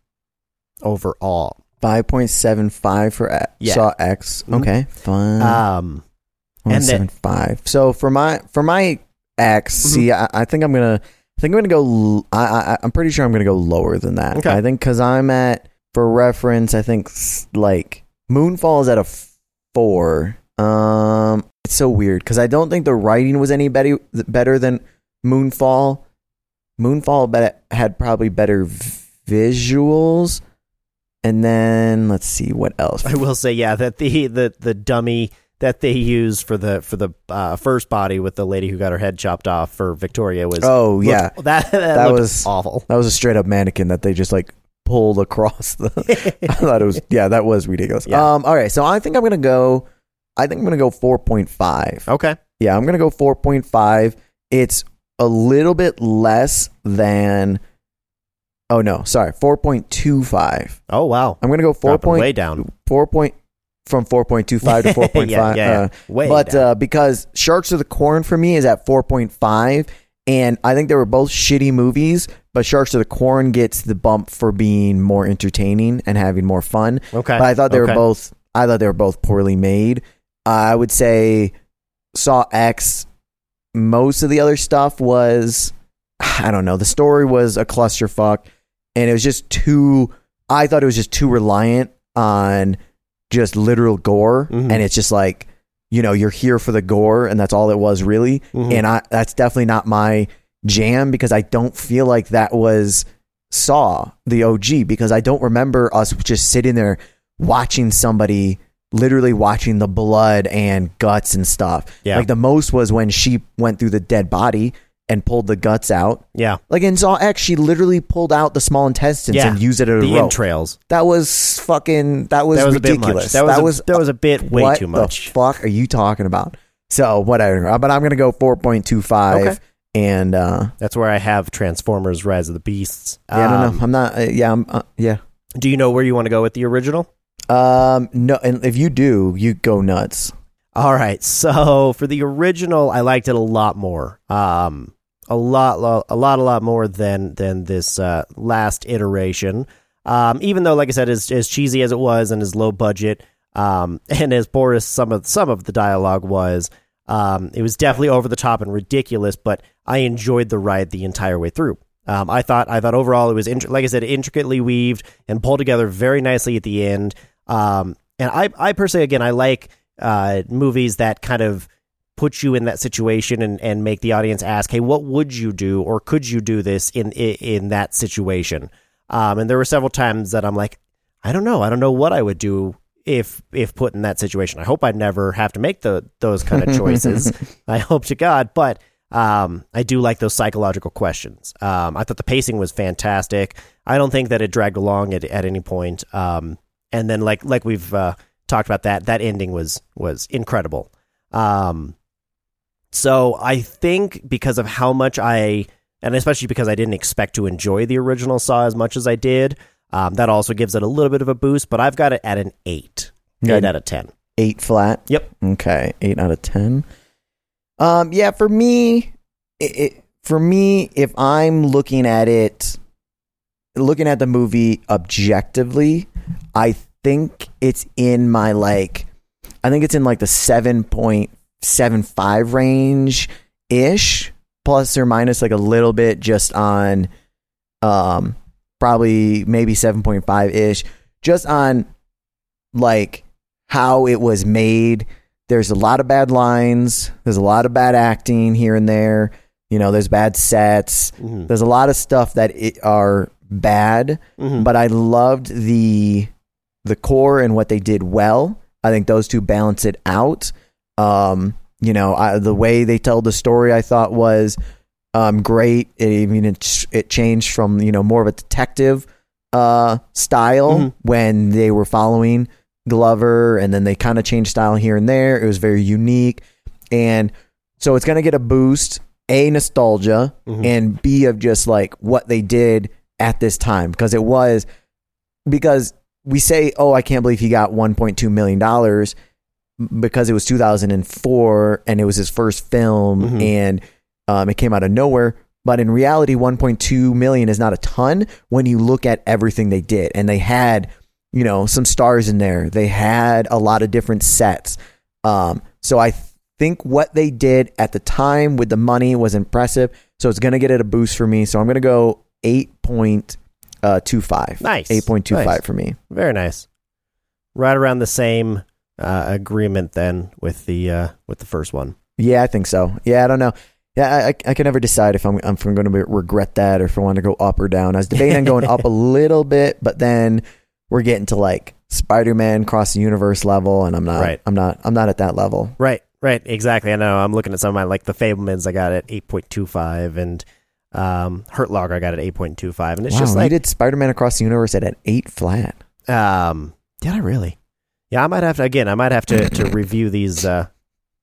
overall. five point seven five for a- Yeah. Saw X? Mhm. Okay, fine. Um, <laughs> One and then- seven five. So for my for my X, Mm-hmm. see, I, I think I'm gonna I think I'm gonna go. l- I, I I'm pretty sure I'm gonna go lower than that. Okay. I think because I'm at for reference, I think s- like Moonfall is at a f- four. Um, it's so weird because I don't think the writing was any better better than Moonfall. Moonfall bet had probably better v- visuals. And then let's see what else. I will say, yeah, that the the the dummy that they used for the for the uh, first body with the lady who got her head chopped off for Victoria was Oh looked- yeah, <laughs> that that, That looked was- <laughs> awful. <laughs> That was a straight up mannequin that they just like pulled across the. <laughs> I thought it was yeah, that was ridiculous. Yeah. Um, all right, so I think I'm gonna go. I think I'm gonna go four point five. okay, Yeah, I'm gonna go four point five. It's a little bit less than. Oh no, sorry, four point two five. oh wow, I'm gonna go four Dropping way point down, four point from four point two five to <laughs> four <laughs> point yeah, yeah, five. yeah. uh, way, but down. uh, because Sharks of the Corn for me is at 4.5, and I think they were both shitty movies, but Sharks of the Corn gets the bump for being more entertaining and having more fun. okay. But I thought they okay. were both. I thought they were both poorly made. I would say Saw X. Most of the other stuff was, I don't know. The story was a clusterfuck, and it was just too. I thought it was just too reliant on just literal gore, Mhm. and it's just like you know you're here for the gore, and that's all it was really. Mhm. And I that's definitely not my jam because I don't feel like that was Saw the OG because I don't remember us just sitting there watching somebody literally watching the blood and guts and stuff. Yeah. Like the most was when she went through the dead body and pulled the guts out. yeah, Like in Saw X, she literally pulled out the small intestines Yeah. and used it as a the rope. entrails. that was fucking. That was, That was ridiculous. a bit much. That was a- that was a bit way what too much. The fuck are you talking about? So whatever. Uh, But I'm gonna go four point two five. Okay. And uh, That's where I have Transformers: Rise of the Beasts. yeah, I don't Um, know. I'm not. Uh, yeah, I'm. Uh, yeah. Do you know where you want to go with the original? Um. No. And if you do, you go nuts. All right. So for the original, I liked it a lot more. Um, a lot, lo- a lot, a lot more than than this uh, last iteration. Um, even though, like I said, as as cheesy as it was and as low budget, um, <laughs> and as Boris some of some of the dialogue was, um, it was definitely over the top and ridiculous. But I enjoyed the ride the entire way through. Um, I thought I thought overall it was intri- like I said intricately weaved and pulled together very nicely at the end. Um, and I I personally again I like uh, movies that kind of put you in that situation and, and make the audience ask, hey, what would you do or could you do this in in, in that situation? Um, and there were several times that I'm like, I don't know, I don't know what I would do if if put in that situation. I hope I never have to make the those kind of choices. I hope to God, but um, I do like those psychological questions. Um, I thought the pacing was fantastic. I don't think that it dragged along at, at any point. Um, and then like like we've uh, talked about that that ending was was incredible. Um, so I think because of how much I, and especially because I didn't expect to enjoy the original Saw as much as I did, um, that also gives it a little bit of a boost. But I've got it at an eight, Good. eight out of ten. eight flat. Yep. Okay, eight out of ten. Um, yeah, for me, it, it for me, if I'm looking at it, looking at the movie objectively, I think it's in my like, I think it's in like the seven point seven five range ish, plus or minus like a little bit, just on, um, probably maybe seven point five ish, just on like how it was made. There's a lot of bad lines. There's a lot of bad acting here and there. You know, there's bad sets. Mhm. There's a lot of stuff that it, are bad, Mhm. but I loved the the core and what they did well. I think those two balance it out. Um, you know, I, the way they tell the story, I thought was um, great. It, I mean, it, it changed from you know more of a detective uh, style Mhm. when they were following Glover, and then they kind of changed style here and there. It was very unique, and so it's gonna get a boost, a nostalgia, Mhm. and b of just like what they did at this time because it was because we say, oh, I can't believe he got 1.2 million dollars because it was 2004 and it was his first film Mhm. and um, it came out of nowhere. But in reality, 1.2 million is not a ton when you look at everything they did. And they had, you know, some stars in there. They had a lot of different sets. Um, so I think what they did at the time with the money was impressive. So it's going to get it a boost for me. So I'm going to go uh, 8.25. Nice. 8.25 Nice. for me. Very nice. Right around the same uh, agreement then with the uh, with the first one. Yeah, I think so. Yeah, I don't know. Yeah, I, I, I can never decide if I'm, if I'm going to regret that or if I want to go up or down. I was debating on going <laughs> up a little bit, but then we're getting to like Spider-Man cross the universe level, and I'm not. Right. I'm not. I'm not at that level. Right, right, exactly. I know. I'm looking at some of my like the Fablemans. I got at eight point two five, and um, Hurt Locker I got at eight point two five, and it's wow, just you like, did Spider-Man across the universe at an eight flat. um, did I really? Yeah, I might have to again. I might have to to review these uh,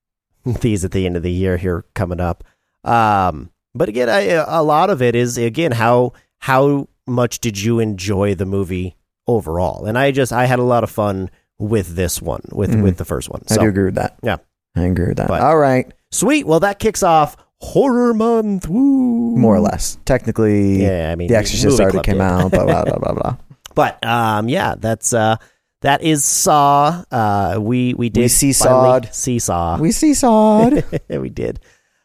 <laughs> these at the end of the year here coming up. Um, but again, I, a lot of it is again how how much did you enjoy the movie overall? And I just I had a lot of fun with this one with Mhm. with the first one. So I do agree with that. Yeah. I agree with that. But- All right, sweet. Well, that kicks off horror month. Woo. more or less. Technically, Yeah, I mean, The Exorcist movie already club came did. out. Blah blah blah <laughs> blah blah. But um, yeah, that's uh, that is Saw. Uh, we we did seesawed. finally seesaw. <laughs> we seesawed. we did.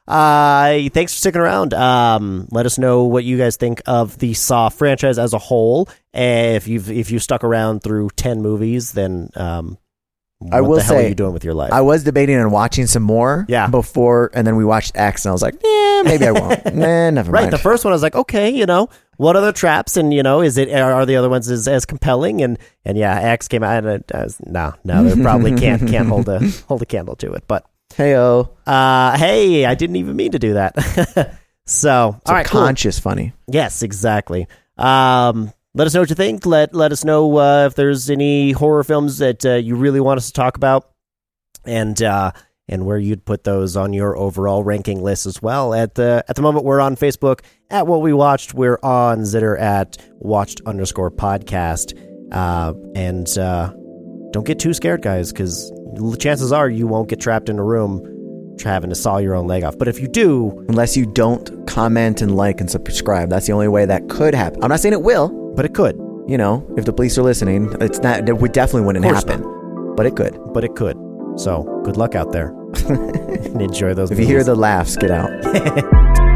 Uh, thanks for sticking around. Um, let us know what you guys think of the Saw franchise as a whole. Uh, if you've if you stuck around through ten movies, then um, what I will the hell are say, you doing with your life? I was debating on watching some more. Yeah. Before, and then we watched X, and I was like, yeah, maybe I <laughs> won't. nah, never Right. mind. The first one, I was like, okay, you know, what other traps, and you know, is it are, are the other ones as, as compelling? And and yeah, X came out, and I was, no, no, they probably can't can't hold <laughs> a hold a candle to it. But Heyo. uh, hey, I didn't even mean to do that. <laughs> so all right, cool. Conscious funny. Yes, exactly. Um, let us know what you think. Let let us know uh, if there's any horror films that uh, you really want us to talk about, and uh, and where you'd put those on your overall ranking list as well. At the at the moment, we're on Facebook at What We Watched. We're on Zitter at Watched underscore podcast, uh, and uh, don't get too scared, guys, because chances are you won't get trapped in a room having to saw your own leg off. But if you do, Unless you don't comment and like and subscribe. That's the only way that could happen. I'm not saying it will. but it could. You know, if the police are listening, it's not. It would definitely wouldn't Of course happen. But it could. but it could. So good luck out there <laughs> and enjoy those. If you hear the laughs, get out.